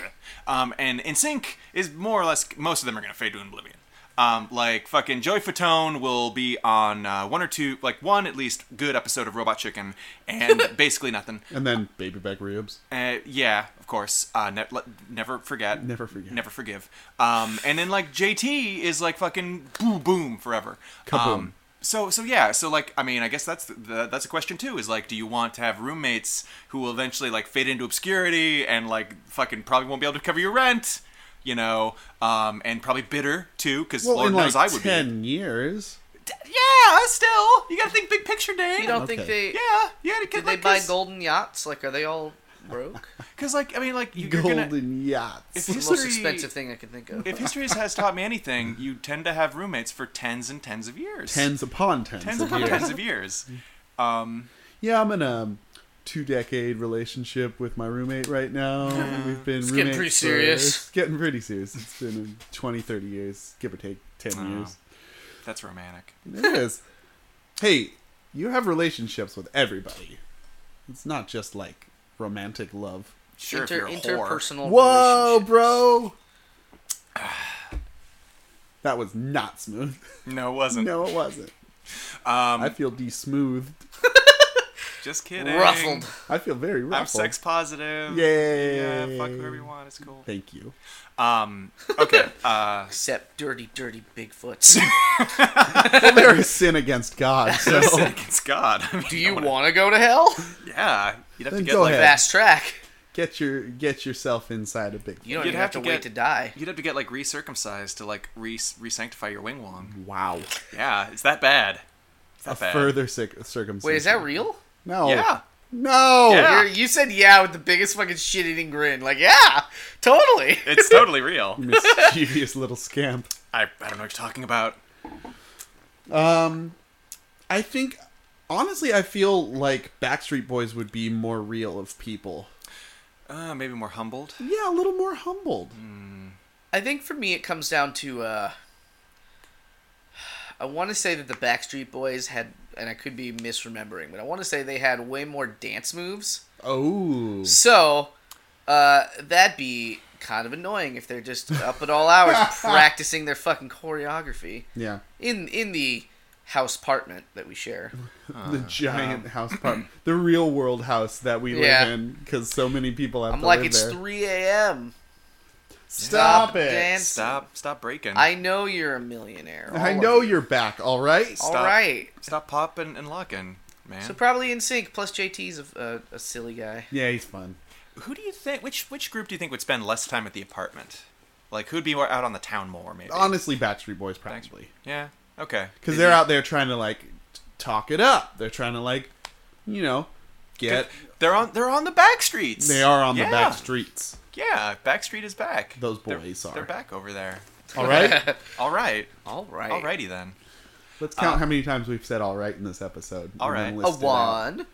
C: um, and NSYNC is more or less most of them are gonna fade to oblivion. Um, like fucking Joey Fatone will be on uh, one or two, like one at least good episode of Robot Chicken, and basically nothing.
B: And then baby back ribs.
C: Uh, yeah, of course. Uh, ne- le- never forget.
B: Never forget.
C: Never forgive. Um, and then like JT is like fucking boom boom forever.
B: Kaboom.
C: Um, so so yeah. So like I mean I guess that's the, that's a question too. Is like do you want to have roommates who will eventually like fade into obscurity and like fucking probably won't be able to cover your rent, you know, um, and probably bitter too because
B: Well,
C: Lord
B: in
C: knows
B: like
C: I would be.
B: ten years.
C: D- Yeah, still you gotta think big picture, Dave.
A: You don't think
B: Okay.
A: they
C: yeah, yeah.
A: did they buy golden yachts? Like, are they all broke?
C: Because like I mean like you- you're
B: golden
C: gonna
B: yachts.
C: If
A: It's the most
C: History-
A: expensive thing I can think of.
C: if history has taught me anything, you tend to have roommates for tens and tens of years.
B: tens upon tens,
C: tens
B: of
C: upon
B: years.
C: tens of years. Um,
B: Yeah, I'm in a two-decade relationship with my roommate right now. We've been
A: It's
B: roommates
A: getting pretty
B: for-
A: serious.
B: it's getting pretty serious. It's been 20, 30 years, give or take ten
C: Oh.
B: years.
C: that's romantic.
B: It is. hey, you have relationships with everybody. It's not just like romantic love.
C: Sure,
A: Inter-
C: if you're a whore.
A: interpersonal
B: Whoa,
A: relationship.
B: bro. That was not smooth.
C: No, it wasn't.
B: No, it wasn't.
C: Um,
B: I feel desmoothed.
C: just kidding.
A: Ruffled.
B: I feel very ruffled.
C: I'm sex positive.
B: Yay.
C: Yeah, fuck whoever you want. It's cool.
B: Thank you.
C: Um, okay. Uh,
A: Except dirty, dirty Bigfoots.
B: Well, there is sin against God, so
C: sin against God. I mean,
A: Do you want to go to hell?
C: Yeah, you'd have
B: Then
C: to get
B: go
C: like
B: ahead.
A: Fast track.
B: get your get yourself inside a big.
A: You don't
C: You'd
A: even
C: have
A: have,
C: to
A: to, wait
C: get-
A: to die.
C: you'd have to get like recircumcised to like re re-sanctify your wing wong.
B: Wow,
C: Yeah, it's that bad. It's
B: a
C: that bad.
B: further circ- circumcision.
A: Wait, is that real?
B: No.
C: Yeah.
B: No.
C: Yeah.
A: You're- You said yeah with the biggest fucking shit eating grin. Like, yeah, totally.
C: It's totally real.
B: Mischievous little scamp.
C: I, I don't know what you're talking about.
B: Um, I think honestly, I feel like Backstreet Boys would be more real of people.
C: Uh, maybe more humbled.
B: Yeah, a little more humbled.
C: Mm.
A: I think for me, it comes down to uh, I want to say that the Backstreet Boys had, and I could be misremembering, but I want to say they had way more dance moves.
B: Oh,
A: So uh, that'd be kind of annoying if they're just up at all hours practicing their fucking choreography
B: yeah.
A: in in the house apartment that we share.
B: the
C: Uh,
B: giant house part, the real world house that we
A: Yeah.
B: live in, because so many people have
A: I'm
B: to
A: like,
B: live
A: it's
B: there.
A: 3 a.m.
B: Stop it!
A: dancing.
C: Stop. Stop breaking.
A: I know you're a millionaire.
B: I
A: all of
B: know
A: you.
B: you're back. All right.
A: All
C: Stop.
A: right.
C: Stop popping and locking, man.
A: So probably in sync. Plus JT's a, a, a silly guy.
B: Yeah, he's fun.
C: who do you think? Which which group do you think would spend less time at the apartment? Like who'd be more out on the town more? Maybe.
B: Honestly, Backstreet Boys probably,
C: yeah. Okay.
B: because they're out there trying to like t- talk it up. They're trying to like, you know, get.
C: They're on. They're on the back streets.
B: They are on
C: Yeah.
B: the back streets.
C: Yeah, Backstreet is back.
B: Those
C: They're-
B: boys are.
C: They're back over there.
B: All right.
C: All right.
A: all right.
C: Alrighty then.
B: Let's count how many times we've said "all right" in this episode.
C: Uh, All
B: and then
C: right.
A: A
B: list it out.
A: one.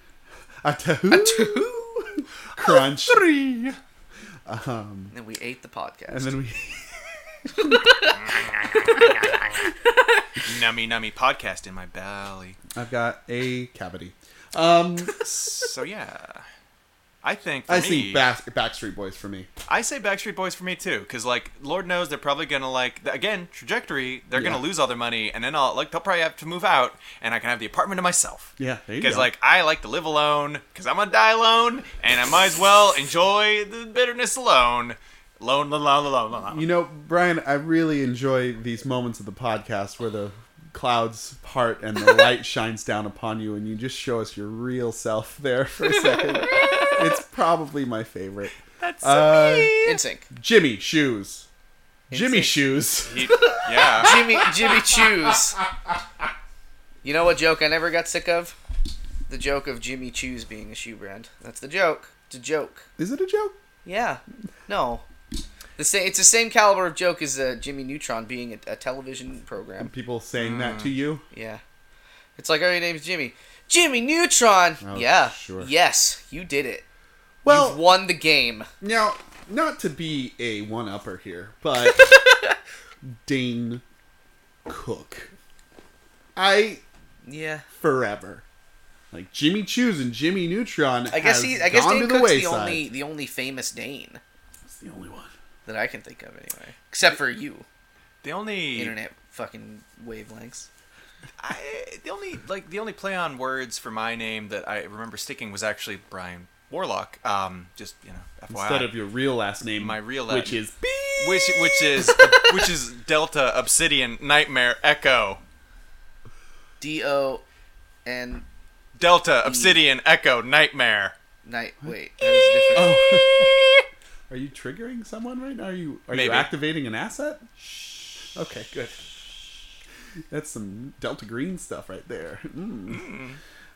B: a two, a
A: two.
B: crunch,
C: Three.
A: And then we ate the podcast.
B: and then we
C: Nummy nummy podcast in my belly.
B: I've got a cavity. Um,
C: So yeah, I think for
B: I
C: me,
B: see back, Backstreet Boys for me.
C: I say Backstreet Boys for me too, because like Lord knows they're probably gonna like th- again trajectory. They're
B: Yeah.
C: gonna lose all their money, and then I'll like they'll probably have to move out, and I can have the apartment to myself.
B: Yeah, there you
C: Because
B: go.
C: like I like to live alone, because I'm gonna die alone, and I might as well enjoy the bitterness alone. Lone, lone, lone, lone, lone, lone.
B: You know, Brian, I really enjoy these moments of the podcast where the clouds part and the light shines down upon you, and you just show us your real self there for a second. it's probably my favorite.
C: That's
B: Uh,
A: in sync.
B: Jimmy shoes. Jimmy
A: Insane.
B: shoes.
C: He- yeah.
A: Jimmy Jimmy Chews. You know what joke I never got sick of? The joke of Jimmy Chews being a shoe brand. That's the joke. It's a joke.
B: Is it a joke?
A: Yeah. No. The same. It's the same caliber of joke as uh, Jimmy Neutron being a, a television program.
B: People saying that to you.
A: Yeah. It's like, oh, your name's Jimmy. Jimmy Neutron.
B: Oh,
A: yeah.
B: sure.
A: Yes, you did it.
B: Well,
A: You've won the game.
B: Now, not to be a one upper here, but Dane Cook. I
A: Yeah.
B: forever. Like Jimmy Chews and Jimmy Neutron.
A: I guess
B: has
A: he. I guess
B: gone
A: Dane
B: to the
A: Cook's the,
B: wayside.
A: only the only famous Dane
B: It's the only one.
A: that I can think of anyway, except for you,
C: The
B: E-
C: only
A: internet fucking wavelengths.
C: I, the only like the only play on words for my name that I remember sticking was actually Brian Warlock. Um, just you know, FYI.
B: Instead of your real last name,
C: My real
B: which
C: name.
B: is Beep.
C: which which is which is Delta Obsidian Nightmare Echo
A: D O N
C: Delta
A: Hmm.
C: Obsidian Echo Nightmare.
A: night. Wait, that is different.
B: Oh. Are you triggering someone right now? Are you are you
C: Maybe.
B: activating an asset? Okay, good. That's some Delta Green stuff right there. Mm.
C: Hmm.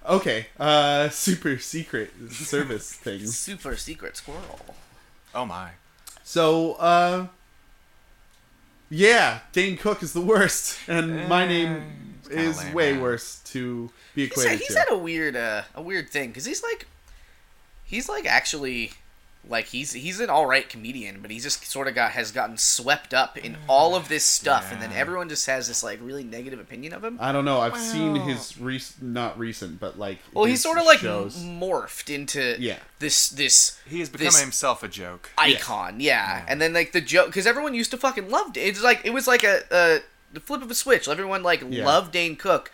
B: Okay, uh, super secret service things.
A: Super secret squirrel.
C: Oh my!
B: So, uh, yeah, Dane Cook is the worst, and
A: Eh,
B: my name
C: kinda
B: is
C: lame,
B: way
C: yeah.
B: worse to be
A: He's,
B: equated
A: he's
B: to.
A: had a weird uh, a weird thing because he's like, he's like actually. Like he's he's an all right comedian, but he's just sort of got has gotten swept up in
B: Mm.
A: all of this stuff, and then
C: Yeah.
A: everyone just has this like really negative opinion of him.
B: I don't know. I've seen
C: Wow.
B: his rec- not recent, but like
A: Well,
B: his
A: he's sort of like
B: shows.
A: morphed into
B: Yeah.
A: this this
C: He has become
A: This-
C: himself a joke.
A: icon, yeah. And then like the joke, because everyone used to fucking loved it. It's like it was like a, a the flip of a switch. Everyone like
B: Yeah.
A: loved Dane Cook,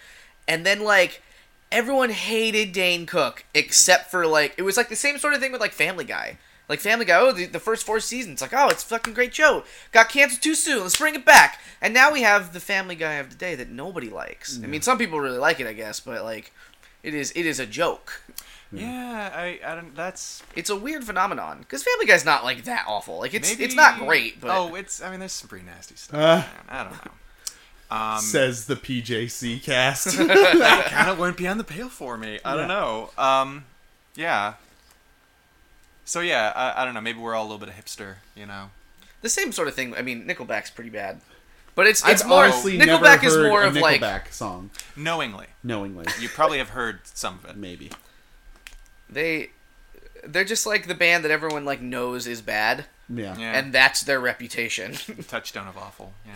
A: and then like everyone hated Dane Cook except for like it was like the same sort of thing with like Family Guy. Like Family Guy, oh the, the first four seasons, like oh it's a fucking great show. Got canceled too soon. Let's bring it back. And now we have the Family Guy of the day that nobody likes. I mean, some people really like it, I guess, but like it is it is a joke.
B: Hmm.
C: Yeah, I, I don't. That's
A: It's a weird phenomenon because Family Guy's not like that awful. Like it's
C: maybe
A: it's not great, but
C: oh, it's. I mean, there's some pretty nasty stuff.
B: Uh.
C: man. I don't know. Um,
B: says the PJC cast.
C: kind of went beyond the pale for me. I don't
B: Yeah.
C: know. Um, Yeah. So yeah, I, I don't know. Maybe we're all a little bit of hipster, you know.
A: The same sort of thing. I mean, Nickelback's pretty bad, but it's
B: I've
A: it's more
B: honestly
A: Nickelback
B: never heard
A: is more
B: a
A: of
B: Nickelback
A: like
B: song
C: Knowingly,
B: knowingly.
C: you probably have heard some of it.
B: Maybe.
A: they they're just like the band that everyone like knows is bad,
B: Yeah.
C: Yeah.
A: and that's their reputation.
C: Touchdown of awful. Yeah.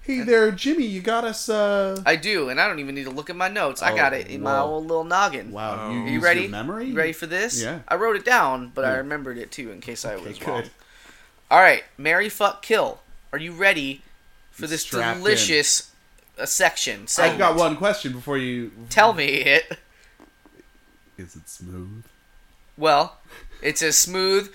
B: Hey there, Jimmy. You got us. Uh...
A: I do, and I don't even need to look at my notes. I
B: Oh,
A: got it in my
B: whoa.
A: old little noggin.
B: Wow.
C: Oh.
B: You,
C: You
A: You
B: used
A: ready?
B: Your memory.
A: You ready for this?
B: Yeah.
A: I wrote it down, but I
B: Yeah.
A: remembered it too in case I was
B: good.
A: wrong. All right, Mary, fuck, kill. Are you ready for
B: I'm
A: this
B: strapped
A: delicious uh, section?
B: I've
A: segment?
B: got one question before you.
A: Tell me it.
B: Is it smooth?
A: Well, it's as smooth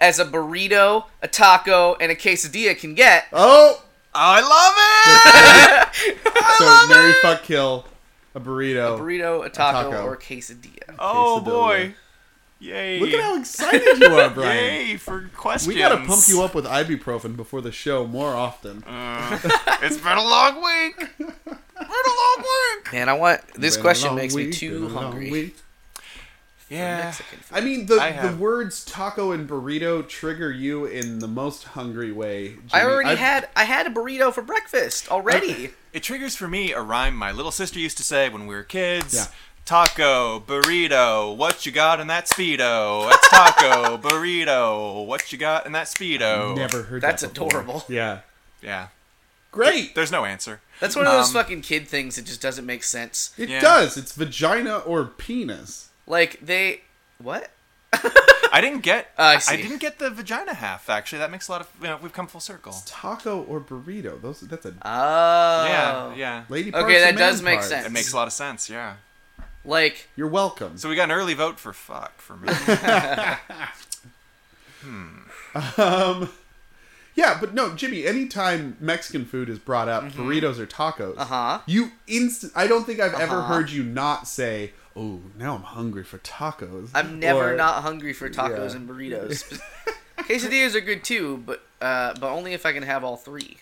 A: as a burrito, a taco, and a quesadilla can get.
B: Oh.
C: I love it.
B: so Mary fuck kill a burrito.
A: A burrito, a taco,
B: Oh, taco.
A: or a quesadilla.
C: oh
B: Quesadilla.
C: boy. Yay.
B: Look at how excited you are, Brian.
C: Yay for questions.
B: We gotta pump you up with ibuprofen before the show more often.
C: Uh, it's been a long week. Been a long week.
A: Man, I want this
B: Been a
A: question
B: long
A: makes me
B: week,
A: too
B: been a long
A: hungry.
B: week.
A: for
C: Yeah.
A: Mexican food.
B: I mean, the,
C: I
B: the
C: have-
B: words taco and burrito trigger you in the most hungry way. Jimmy.
A: I already
B: I've-
A: had I had a burrito for breakfast already.
C: It triggers for me a rhyme my little sister used to say when we were kids.
B: Yeah.
C: Taco, burrito, what you got in that speedo? That's taco, burrito, what you got in that speedo?
B: never heard.
A: That's
B: that before.
A: adorable.
B: Yeah,
C: Yeah.
B: great.
C: There's no answer.
A: That's one of those
C: Um,
A: fucking kid things that just doesn't make sense.
B: It
C: Yeah.
B: does. It's vagina or penis.
A: Like they what?
C: I didn't get.
A: I see.
C: didn't get the vagina half. Actually, that makes a lot of. You know, we've come full circle.
B: Taco or burrito. Those. That's a
A: Oh.
C: Yeah, yeah.
B: lady.
A: Okay,
B: parts and
A: that
B: man
A: does make
B: parts.
A: sense.
C: It makes a lot of sense. Yeah.
A: Like
B: You're welcome.
C: So we got an early vote for fuck for me.
B: Um, yeah, but no, Jimmy. Anytime Mexican food is brought up, burritos or tacos,
A: Mm-hmm. Uh-huh.
B: you instant. I don't think I've ever
A: Uh-huh.
B: heard you not say, "Oh, now I'm hungry for tacos."
A: I'm never
B: or,
A: not hungry for tacos
B: yeah.
A: and burritos. Quesadillas are good too, but uh, but only if I can have all three.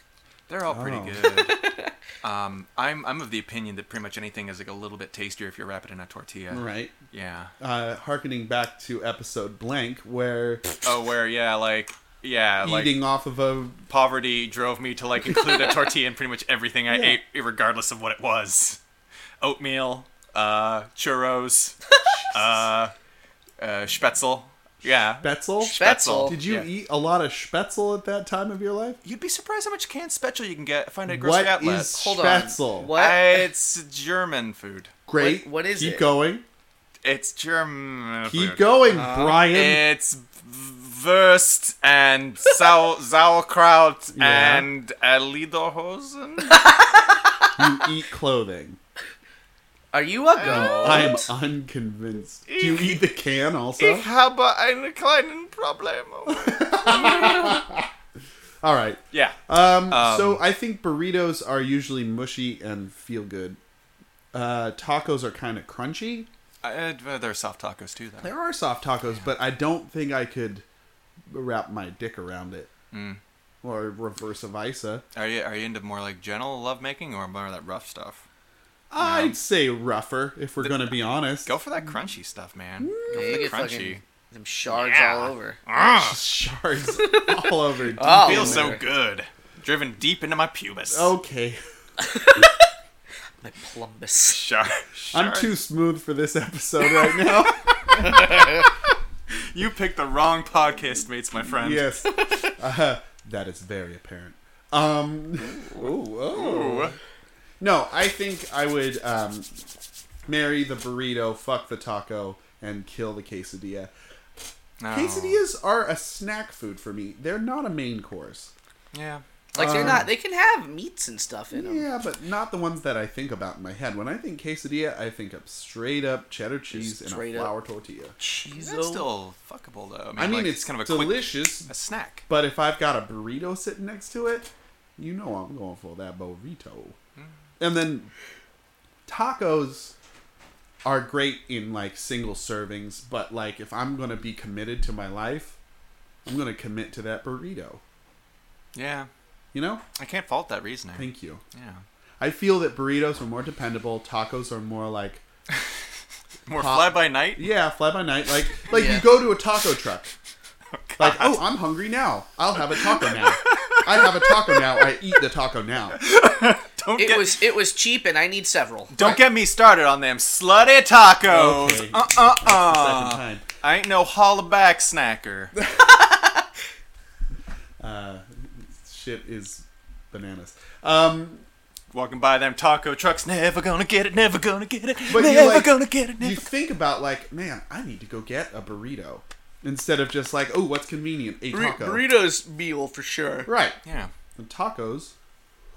C: They're all pretty
B: Oh.
C: good. Um, I'm I'm of the opinion that pretty much anything is like a little bit tastier if you wrap it in a tortilla.
B: right.
C: Yeah.
B: Uh, harkening back to episode blank where
C: Oh, where yeah, like yeah, like
B: eating off of a
C: poverty drove me to like include a tortilla in pretty much everything I
B: Yeah.
C: ate, regardless of what it was. Oatmeal, uh, churros, uh, uh, spetzel. Yeah.
B: Spetzel.
A: Spetzel.
B: Did you
C: Yeah.
B: eat a lot of Spetzel at that time of your life?
C: You'd be surprised how much canned spetzel you can get find at a grocery
B: What
C: outlet.
B: is
A: Hold on.
B: Spetzel?
A: What?
C: I, it's German food.
B: Great.
A: What- what is
B: Keep
A: it?
B: going.
C: It's German.
B: Keep
C: food.
B: going,
A: Uh, eh.
B: Brian.
C: It's Wurst and sau- sauerkraut
B: Yeah.
C: and uh, Lederhosen.
B: you eat clothing.
A: Are you a go?
B: I am unconvinced. Do you eat the can also?
C: Ich habe einen kleinen Problem.
B: All right.
C: yeah.
B: Um,
C: Um,
B: so I think burritos are usually mushy and feel good. Uh, tacos are kind of crunchy.
C: Uh, there are soft tacos too, though.
B: There are soft tacos, but I don't think I could wrap my dick around it.
C: Mm.
B: Or reverse visa.
C: Are you are you into more like gentle lovemaking or more of that rough stuff?
B: I'd say rougher, if we're going to be honest.
C: Go for that crunchy stuff, man.
A: You
C: Go for the
A: Mm. get
C: crunchy.
A: fucking them shards
C: Yeah.
A: all over.
C: Ah,
B: Shards all over.
A: Oh.
C: feels so
A: Over.
C: good. Driven deep into my pubis.
B: Okay.
A: My plumbus.
C: Sure.
B: I'm too smooth for this episode right now.
C: You picked the wrong podcast mates, my friend.
B: yes. Uh, that is very apparent. Um, ooh, oh.
C: Ooh.
B: No, I think I would um, marry the burrito, fuck the taco, and kill the quesadilla.
C: No.
B: Quesadillas are a snack food for me. They're not a main course.
C: Yeah.
A: Like they're
B: Um,
A: not. They can have meats and stuff in them.
B: Yeah, but not the ones that I think about in my head. When I think quesadilla, I think of straight up cheddar cheese and
A: straight
B: a
A: up.
B: flour tortilla.
A: Cheese.
C: That's still fuckable though.
B: I mean,
C: like,
B: it's,
C: kind of a quick
B: delicious,
C: a snack.
B: but if I've got a burrito sitting next to it, you know I'm going for that burrito. And then tacos are great in like single servings, but like if I'm going to be committed to my life, I'm going to commit to that burrito.
C: Yeah,
B: You know?
C: I can't fault that reasoning.
B: Thank you.
C: yeah,
B: I feel that burritos are more dependable. Tacos are more like
C: More
B: Pop-
C: fly by night.
B: Yeah, fly by night. Like like
A: Yeah.
B: you go to a taco truck. Like,
C: God.
B: oh, I'm hungry now. I'll have a taco now. I have a taco now. I eat the taco now.
C: don't
A: It
C: get
A: was it was cheap, and I need several.
C: don't get me started on them slutty tacos.
B: Okay.
C: Uh uh
B: Second
C: uh.
B: time.
C: I ain't no holla back snacker.
B: Uh, shit is bananas. Um,
C: Walking by them taco trucks, never gonna get it, never gonna get it,
B: But you,
C: never
B: like,
C: gonna get it. Never.
B: you think about like, man, I need to go get a burrito instead of just like, oh, what's convenient? A taco.
A: burritos meal for sure.
B: Right.
C: yeah.
B: And tacos,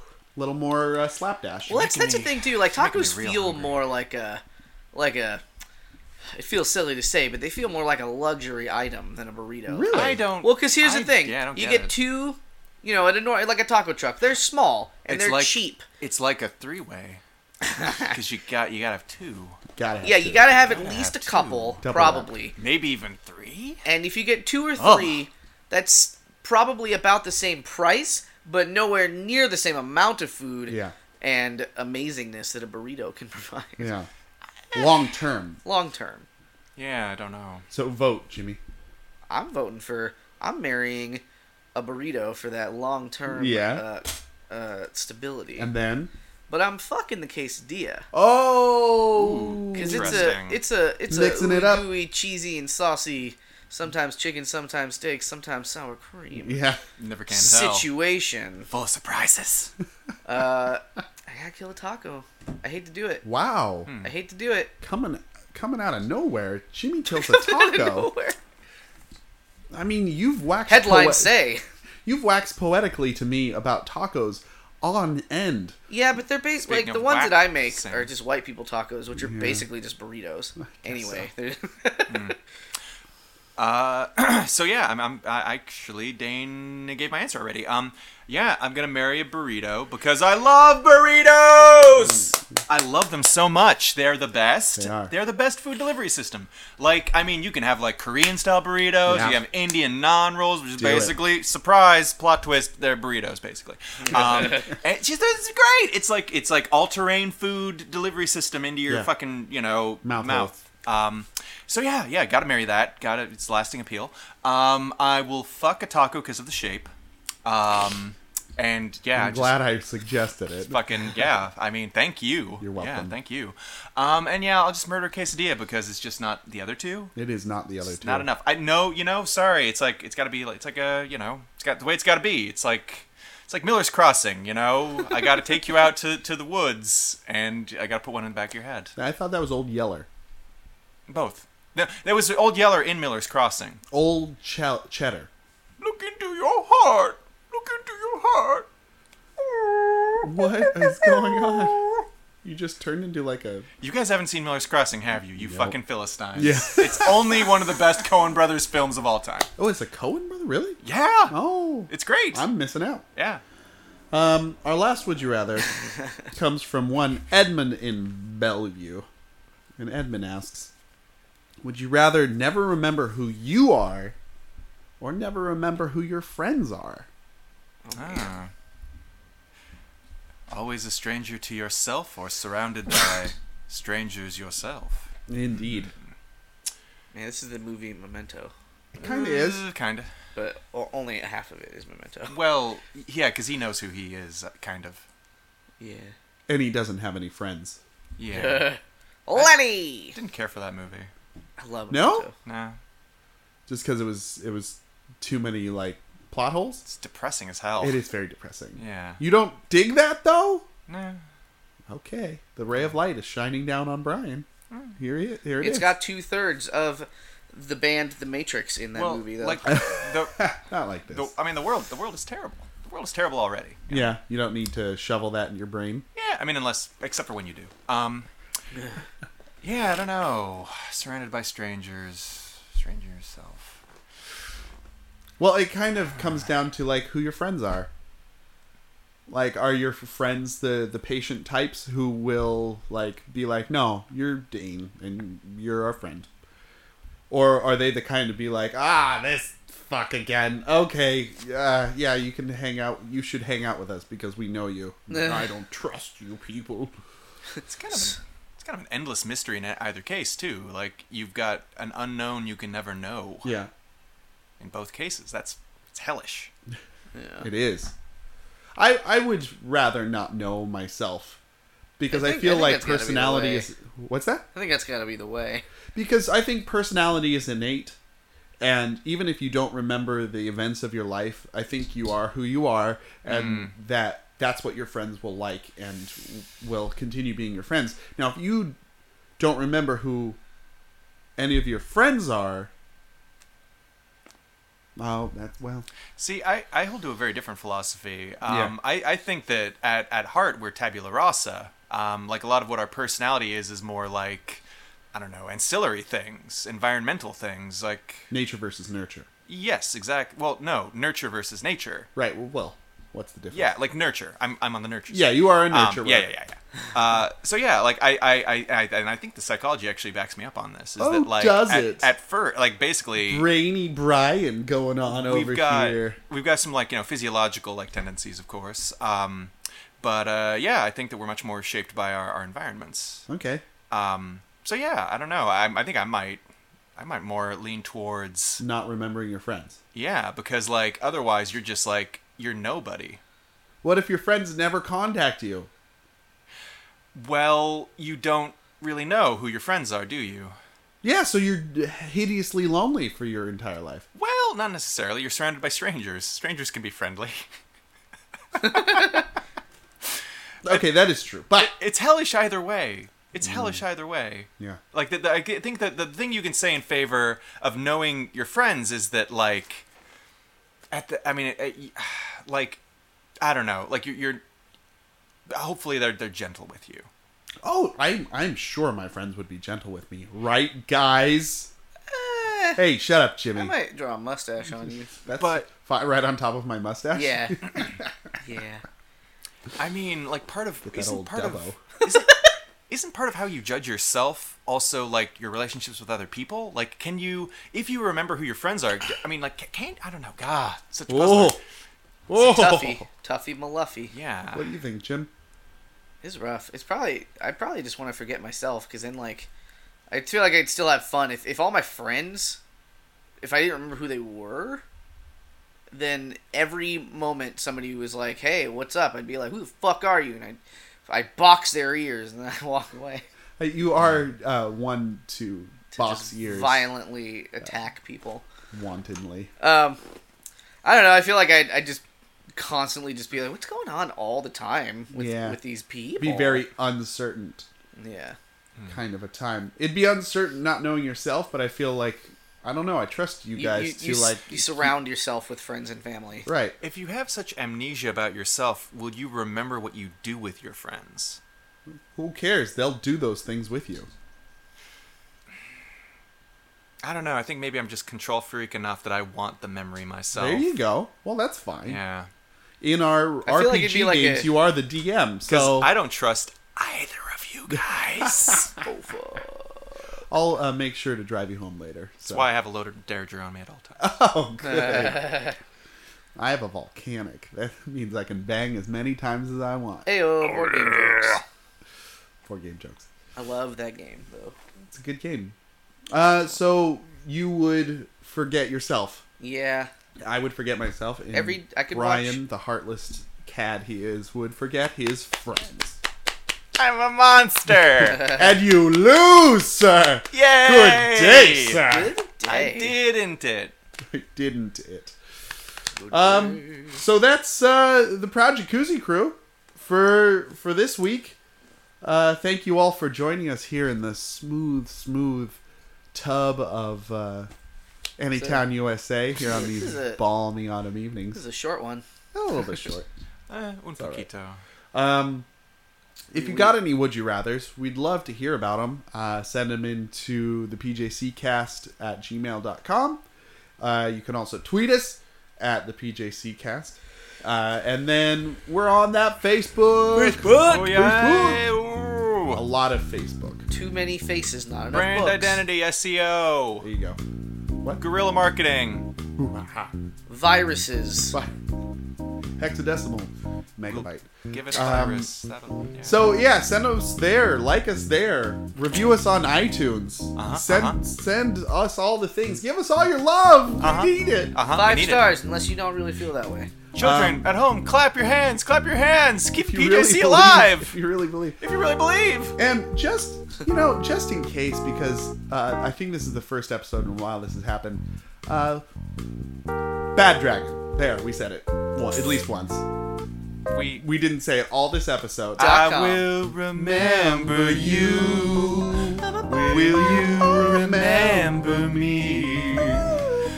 B: a little more uh, slapdash.
A: Well, that's that's the
C: making me-
A: thing too. Like
C: making me
A: tacos
C: real
A: feel
C: hungry.
A: more like a like a. It feels silly to say, but they feel more like a luxury item than a burrito.
B: Really?
C: I don't.
A: Well, because here's
C: I-
A: the thing:
C: Yeah, I don't
A: you
C: get,
A: get
C: it.
A: two, you know, at a nor- like a taco truck. They're small and
C: It's
A: they're
C: like-
A: cheap.
C: It's like a three way. Because you got you gotta have two,
B: Gotta have
A: Yeah, you
B: to.
A: gotta have at
C: gotta
A: least a
C: have two.
A: couple,
B: Double
A: probably.
C: maybe even three.
A: And if you get two or
C: Ugh.
A: three, that's probably about the same price, but nowhere near the same amount of food
B: Yeah.
A: and amazingness that a burrito can provide
B: Yeah. Long term.
A: long term.
C: Yeah, I don't know.
B: So vote, Jimmy.
A: I'm voting for. I'm marrying a burrito for that long term
B: Yeah.
A: uh, uh, stability.
B: And then.
A: but I'm fucking the quesadilla.
B: Oh.
C: Ooh,
A: Because it's a
C: Interesting.
A: it's a it's
B: Mixing
A: a
B: it up.
A: ooey-gooey, cheesy and saucy, sometimes chicken, sometimes steak, sometimes sour cream
B: Yeah.
C: Never can tell.
A: situation.
C: Full of surprises.
A: Uh, I gotta kill a taco. I hate to do it.
B: Wow.
C: Hmm.
A: I hate to do it.
B: Coming coming out of nowhere, Jimmy kills a taco.
A: Nowhere.
B: I mean, you've waxed
A: Headlines
B: poe-
A: say.
B: You've waxed poetically to me about tacos on end.
A: Yeah, but they're basically
C: Speaking
A: like
C: of
A: the ones
C: whack
A: that I make
C: things.
A: are just white people tacos, which are
B: Yeah.
A: basically just burritos. Anyway,
C: Ah. Uh, so yeah, I'm, I'm I actually Dane gave my answer already. Um, yeah, I'm gonna marry a burrito because I love burritos. I love them so much. They're the best.
B: They are.
C: They're the best food delivery system. Like, I mean, you can have like Korean style burritos.
B: Yeah.
C: You have Indian non rolls, which is
B: it.
C: basically surprise plot twist. They're burritos basically. Um, and it's just it's great. It's like it's like all terrain food delivery system into your
B: Yeah.
C: fucking you know
B: Mouth
C: mouth. Um, so yeah, yeah, gotta marry that. Got to It's lasting appeal. Um, I will fuck a taco because of the shape. Um, and yeah,
B: I'm
C: just
B: glad I suggested it.
C: fucking yeah. I mean, thank you.
B: You're
C: Yeah,
B: welcome.
C: thank you. Um, and yeah, I'll just murder quesadilla because it's just not the other two.
B: It is not the other two.
C: Not enough. I know, you know. Sorry, it's like it's got to be. like It's like a you know. It's got the way it's got to be. It's like it's like Miller's Crossing. You know, I got to take you out to to the woods, and I got to put one in the back of your head.
B: I thought that was Old Yeller.
C: Both. No, there was Old Yeller in Miller's Crossing.
B: Old ch- Cheddar.
C: Look into your heart. Look into your heart.
B: What is going on? You just turned into like a.
C: You guys haven't seen Miller's Crossing, have you? You fucking Philistines.
B: Yeah.
C: it's only one of the best Coen Brothers films of all time.
B: Oh, it's a Cohen brother, really?
C: Yeah.
B: Oh,
C: It's great.
B: I'm missing out.
C: yeah.
B: Um, our last would you rather comes from one Edmund in Bellevue, and Edmund asks, "Would you rather never remember who you are, or never remember who your friends are?"
A: Oh,
C: Ah. Always a stranger to yourself or surrounded by strangers yourself.
B: Indeed,
A: man, this is the movie Memento,
B: it kind of
C: Mm.
B: is.
C: Kind of.
A: but o- only half of it is Memento.
C: Well, yeah, because he knows who he is, uh, kind of.
A: Yeah,
B: And he doesn't have any friends.
C: Yeah.
A: Lenny.
C: Didn't care for that movie.
A: I love
B: No?
A: Memento.
C: Nah.
B: Just because it was it was too many like plot holes.
C: It's depressing as hell.
B: It is very depressing.
C: Oh. Yeah.
B: You don't dig that though.
C: Nah.
B: Okay, the ray of light is shining down on Brian. Here he here it
A: It's
B: is.
A: got two thirds of the band The Matrix in that
C: well,
A: movie, though.
C: like the,
B: not like this.
C: the, I mean, the world, the world is terrible. The world is terrible already.
B: Yeah, you don't need to shovel that in your brain.
C: Yeah, I mean, unless except for when you do. Um, yeah, I don't know. Surrounded by strangers, stranger yourself.
B: Well, it kind of comes down to like who your friends are. Like, are your f- friends the the patient types who will like be like, no, you're Dane and you're our friend, or are they the kind to be like, ah, this fuck again? Okay, uh, yeah, you can hang out. You should hang out with us because we know you. I don't trust you people.
C: It's kind of, a, it's it's kind of an endless mystery in either case too. Like you've got an unknown you can never know
B: Yeah,
C: in both cases. That's it's hellish.
A: Yeah.
B: it is. I I would rather not know myself because
A: I
B: I,
A: think- I
B: feel
A: think
B: like
A: that's gotta be the
B: personality
A: way.
B: is what's that?
A: I think that's got to be the way.
B: Because I think personality is innate, and even if you don't remember the events of your life, I think you are who you are, and
A: Mm.
B: that that's what your friends will like and will continue being your friends. Now, if you don't remember who any of your friends are, oh, that's well,
C: See, I, I hold to a very different philosophy. Um,
B: Yeah.
C: I, I think that at, at heart, we're tabula rasa. Um, like a lot of what our personality is, is more like, I don't know, ancillary things, environmental things. Like,
B: nature versus nurture.
C: yes, exact. Well, no, nurture versus nature.
B: Right. Well, well, what's the difference?
C: Yeah, like nurture. I'm, I'm on the nurture.
B: Yeah, you are a
C: Um,
B: nurturer.
C: yeah, yeah, yeah, yeah. Uh, so yeah, like I, I, I, I, and I think the psychology actually backs me up on this. Is
B: Oh,
C: that like
B: does
C: at,
B: it?
C: at first, like basically,
B: Brainy Brian going on over
C: we've got
B: here.
C: we've got some like you know physiological like tendencies, of course. Um, but uh, yeah, I think that we're much more shaped by our, our environments.
B: Okay.
C: Um, so yeah, I don't know. I, I think I might I might more lean towards
B: Not remembering your friends.
C: yeah because like otherwise you're just like you're nobody.
B: What if your friends never contact you?
C: Well, you don't really know who your friends are, do you?
B: Yeah, so you're hideously lonely for your entire life.
C: Well, not necessarily. You're surrounded by strangers. Strangers can be friendly.
B: Okay, that is true. But
C: It's hellish either way.
B: Mm.
C: It's hellish either way.
B: yeah,
C: Like the, the, I g- think that the thing you can say in favor of knowing your friends is that like at the I mean at, y- like I don't know like you're, you're hopefully they're they're gentle with you.
B: oh, I'm I'm sure my friends would be gentle with me, right, guys?
A: Eh,
B: Hey, shut up,
A: I
B: Jimmy.
A: might draw a mustache on you.
B: That's
C: but-
B: fi- right on top of my mustache.
A: Yeah. yeah.
C: I mean like part of
B: that
C: isn't
B: old
C: part
B: Dubbo.
C: of isn't, isn't part of how you judge yourself also like your relationships with other people? Like can you if you remember who your friends are? I mean like can't I don't know. God, such a
B: Whoa.
C: puzzler.
B: Whoa.
A: Tuffy. Tuffy Maluffy.
C: Yeah.
B: What do you think, Jim?
A: It's rough. It's probably I probably just want to forget myself because then like I feel like I'd still have fun if if all my friends if I didn't remember who they were, then every moment somebody was like, "Hey, what's up?" I'd be like, "Who the fuck are you?" and I I box their ears and then I walk away.
B: Uh, You are uh, one to box
A: Just
B: ears
A: Violently attack people.
B: wantonly.
A: Um, I don't know. I feel like I I just constantly just be like, "What's going on all the time with
B: Yeah.
A: with these people?"
B: Be very uncertain
A: yeah.
B: kind of a time. It'd be uncertain not knowing yourself, but I feel like I don't know. I trust you guys to
A: s-
B: like
A: you surround yourself with friends and family.
B: right.
C: If you have such amnesia about yourself, will you remember what you do with your friends?
B: Who cares? They'll do those things with you.
C: I don't know. I think maybe I'm just control freak enough that I want the memory myself.
B: There you go. Well, that's fine.
C: Yeah.
B: In our
A: I feel like it'd
B: RPG
A: be like
B: games,
A: a-
B: you are the DM,
C: 'Cause
B: so
C: I don't trust either of you guys. That's
A: Oh, fuck.
B: I'll uh, make sure to drive you home later. So.
C: why I have a loaded Derringer on me at all times.
B: Oh, good. I have a volcanic. That means I can bang as many times as I want.
A: Ayo, oh, board
C: Oh,
A: game jokes.
B: Poor game jokes.
A: I love that game though.
B: It's a good game. Uh, so you would forget yourself.
A: Yeah,
B: I would forget myself. And
A: Every- I could
B: Brian, the heartless cad he is, would forget his friends.
C: I'm a
A: Uh-huh.
C: monster.
B: and you lose, sir.
C: Yay!
B: Good day, sir.
A: good day.
C: I didn't it.
B: didn't it? Um, so that's uh, the Proud Jacuzzi crew for for this week. Uh, thank you all for joining us here in the smooth, smooth tub of uh, Anytown, USA here on
A: This
B: these
A: is a-
B: balmy autumn
A: This
B: evenings.
A: is a short one.
B: A little bit short.
C: Uh, un
B: all right.
C: poquito.
B: Um, if you got any would you rather's, we'd love to hear about them. Uh, send them in to the PJCcast at gmail.com. Uh, you can also tweet us at the PJCcast. Uh, and then we're on that Facebook.
C: Oh, yeah.
B: A
C: Ooh.
B: lot of Facebook.
A: Too many faces, not enough
C: Brand
A: books.
C: identity, SEO,
B: There you go. What?
C: guerrilla marketing.
B: Hoo-ha-ha.
A: Viruses.
B: Bye. hexadecimal megabyte.
C: Give it a virus. That'll, yeah.
B: Um, So yeah, send us there, like us there, review us on iTunes,
C: Uh-huh,
B: send
C: uh-huh.
B: send us all the things, give us all your love.
C: Uh-huh.
B: We need it.
C: Uh-huh, we
A: Five
C: need it.
A: stars, unless you don't really feel that way.
C: Children
B: Um,
C: at home, clap your hands, clap your hands, keep
B: If
C: PJC
B: you really believe- If
C: alive.
B: you really believe.
C: If you really believe.
B: And just you know, just in case, because uh, I think this is the first episode in a while this has happened. Uh, Bad dragon. There, we said it. Well, at least once.
C: We
B: We didn't say it all this episode.
C: Ah.
A: Dot com.
C: will remember you.
B: Will you
C: me?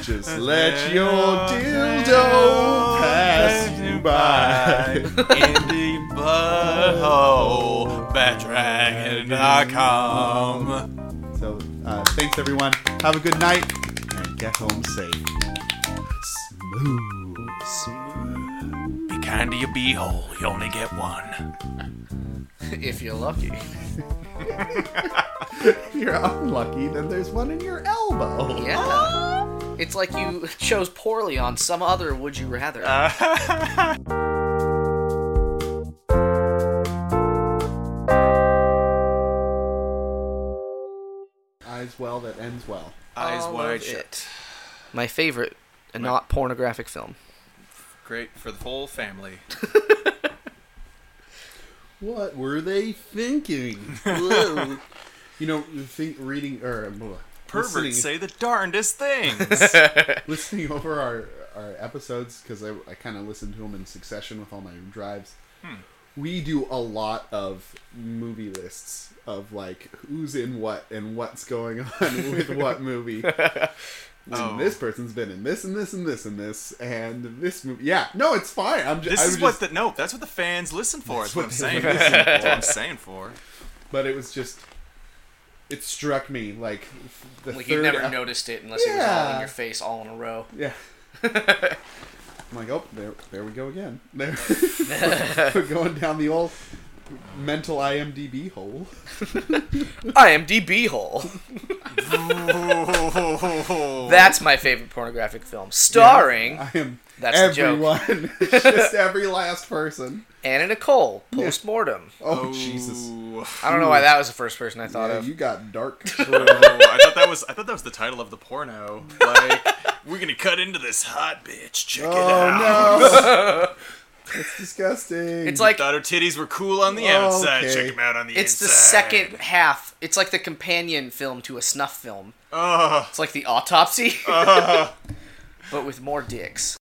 B: Just let your dildo pass you by.
C: Indie butthole, batdragon.com.
B: So, uh, thanks everyone. Have a good night and get home safe. Smooth.
C: Be kind to your beehole, you only get one.
A: if you're lucky.
B: If you're unlucky, then there's one in your elbow.
A: Yeah. It's like you chose poorly on some other would you rather.
B: Eyes well that ends well.
C: Eyes
A: All
C: wide
A: of
C: shut.
A: it. My favorite and not pornographic film.
C: Great for the whole family.
B: What were they thinking? Whoa. you know, the thing reading or blah, listening,
C: Perverts say the darndest things.
B: listening over our our episodes because I, I kind of listen to them in succession with all my drives.
C: Hmm.
B: We do a lot of movie lists of like who's in what and what's going on with what movie. And
C: Oh.
B: this person's been in this and this and this and this and this movie. Yeah, no, it's fine. I'm just.
C: This
B: I
C: is
B: was
C: what
B: just-
C: the no. That's what the fans listen for. That's what I'm
B: That's
C: saying.
B: what they listen
C: That's what I'm saying for.
B: But it was just. It struck me like the
A: Like
B: third
A: you never
B: ep-
A: noticed it unless it was all in
B: Yeah.
A: your face all in a row.
B: Yeah. I'm like, oh, there, there we go again. There, we're going down the old mental IMDb hole.
A: IMDb hole. That's my favorite pornographic film, starring
B: I am
A: That's the joke.
B: everyone, It's just every last person.
A: Anna Nicole postmortem.
B: Oh, Jesus!
A: I don't know why that was the first person I thought
B: Yeah,
A: of.
B: you got dark.
C: Oh, I thought that was I thought that was the title of the porno. Like we're gonna cut into this hot bitch. Check it out.
B: oh no! It's disgusting.
A: It's like
C: Thought her titties were cool on the
B: Oh, Okay.
C: outside. Check them out on the
A: it's the
C: inside.
A: second half. It's like the companion film to a snuff film.
C: Oh.
A: It's like the autopsy, but with more dicks.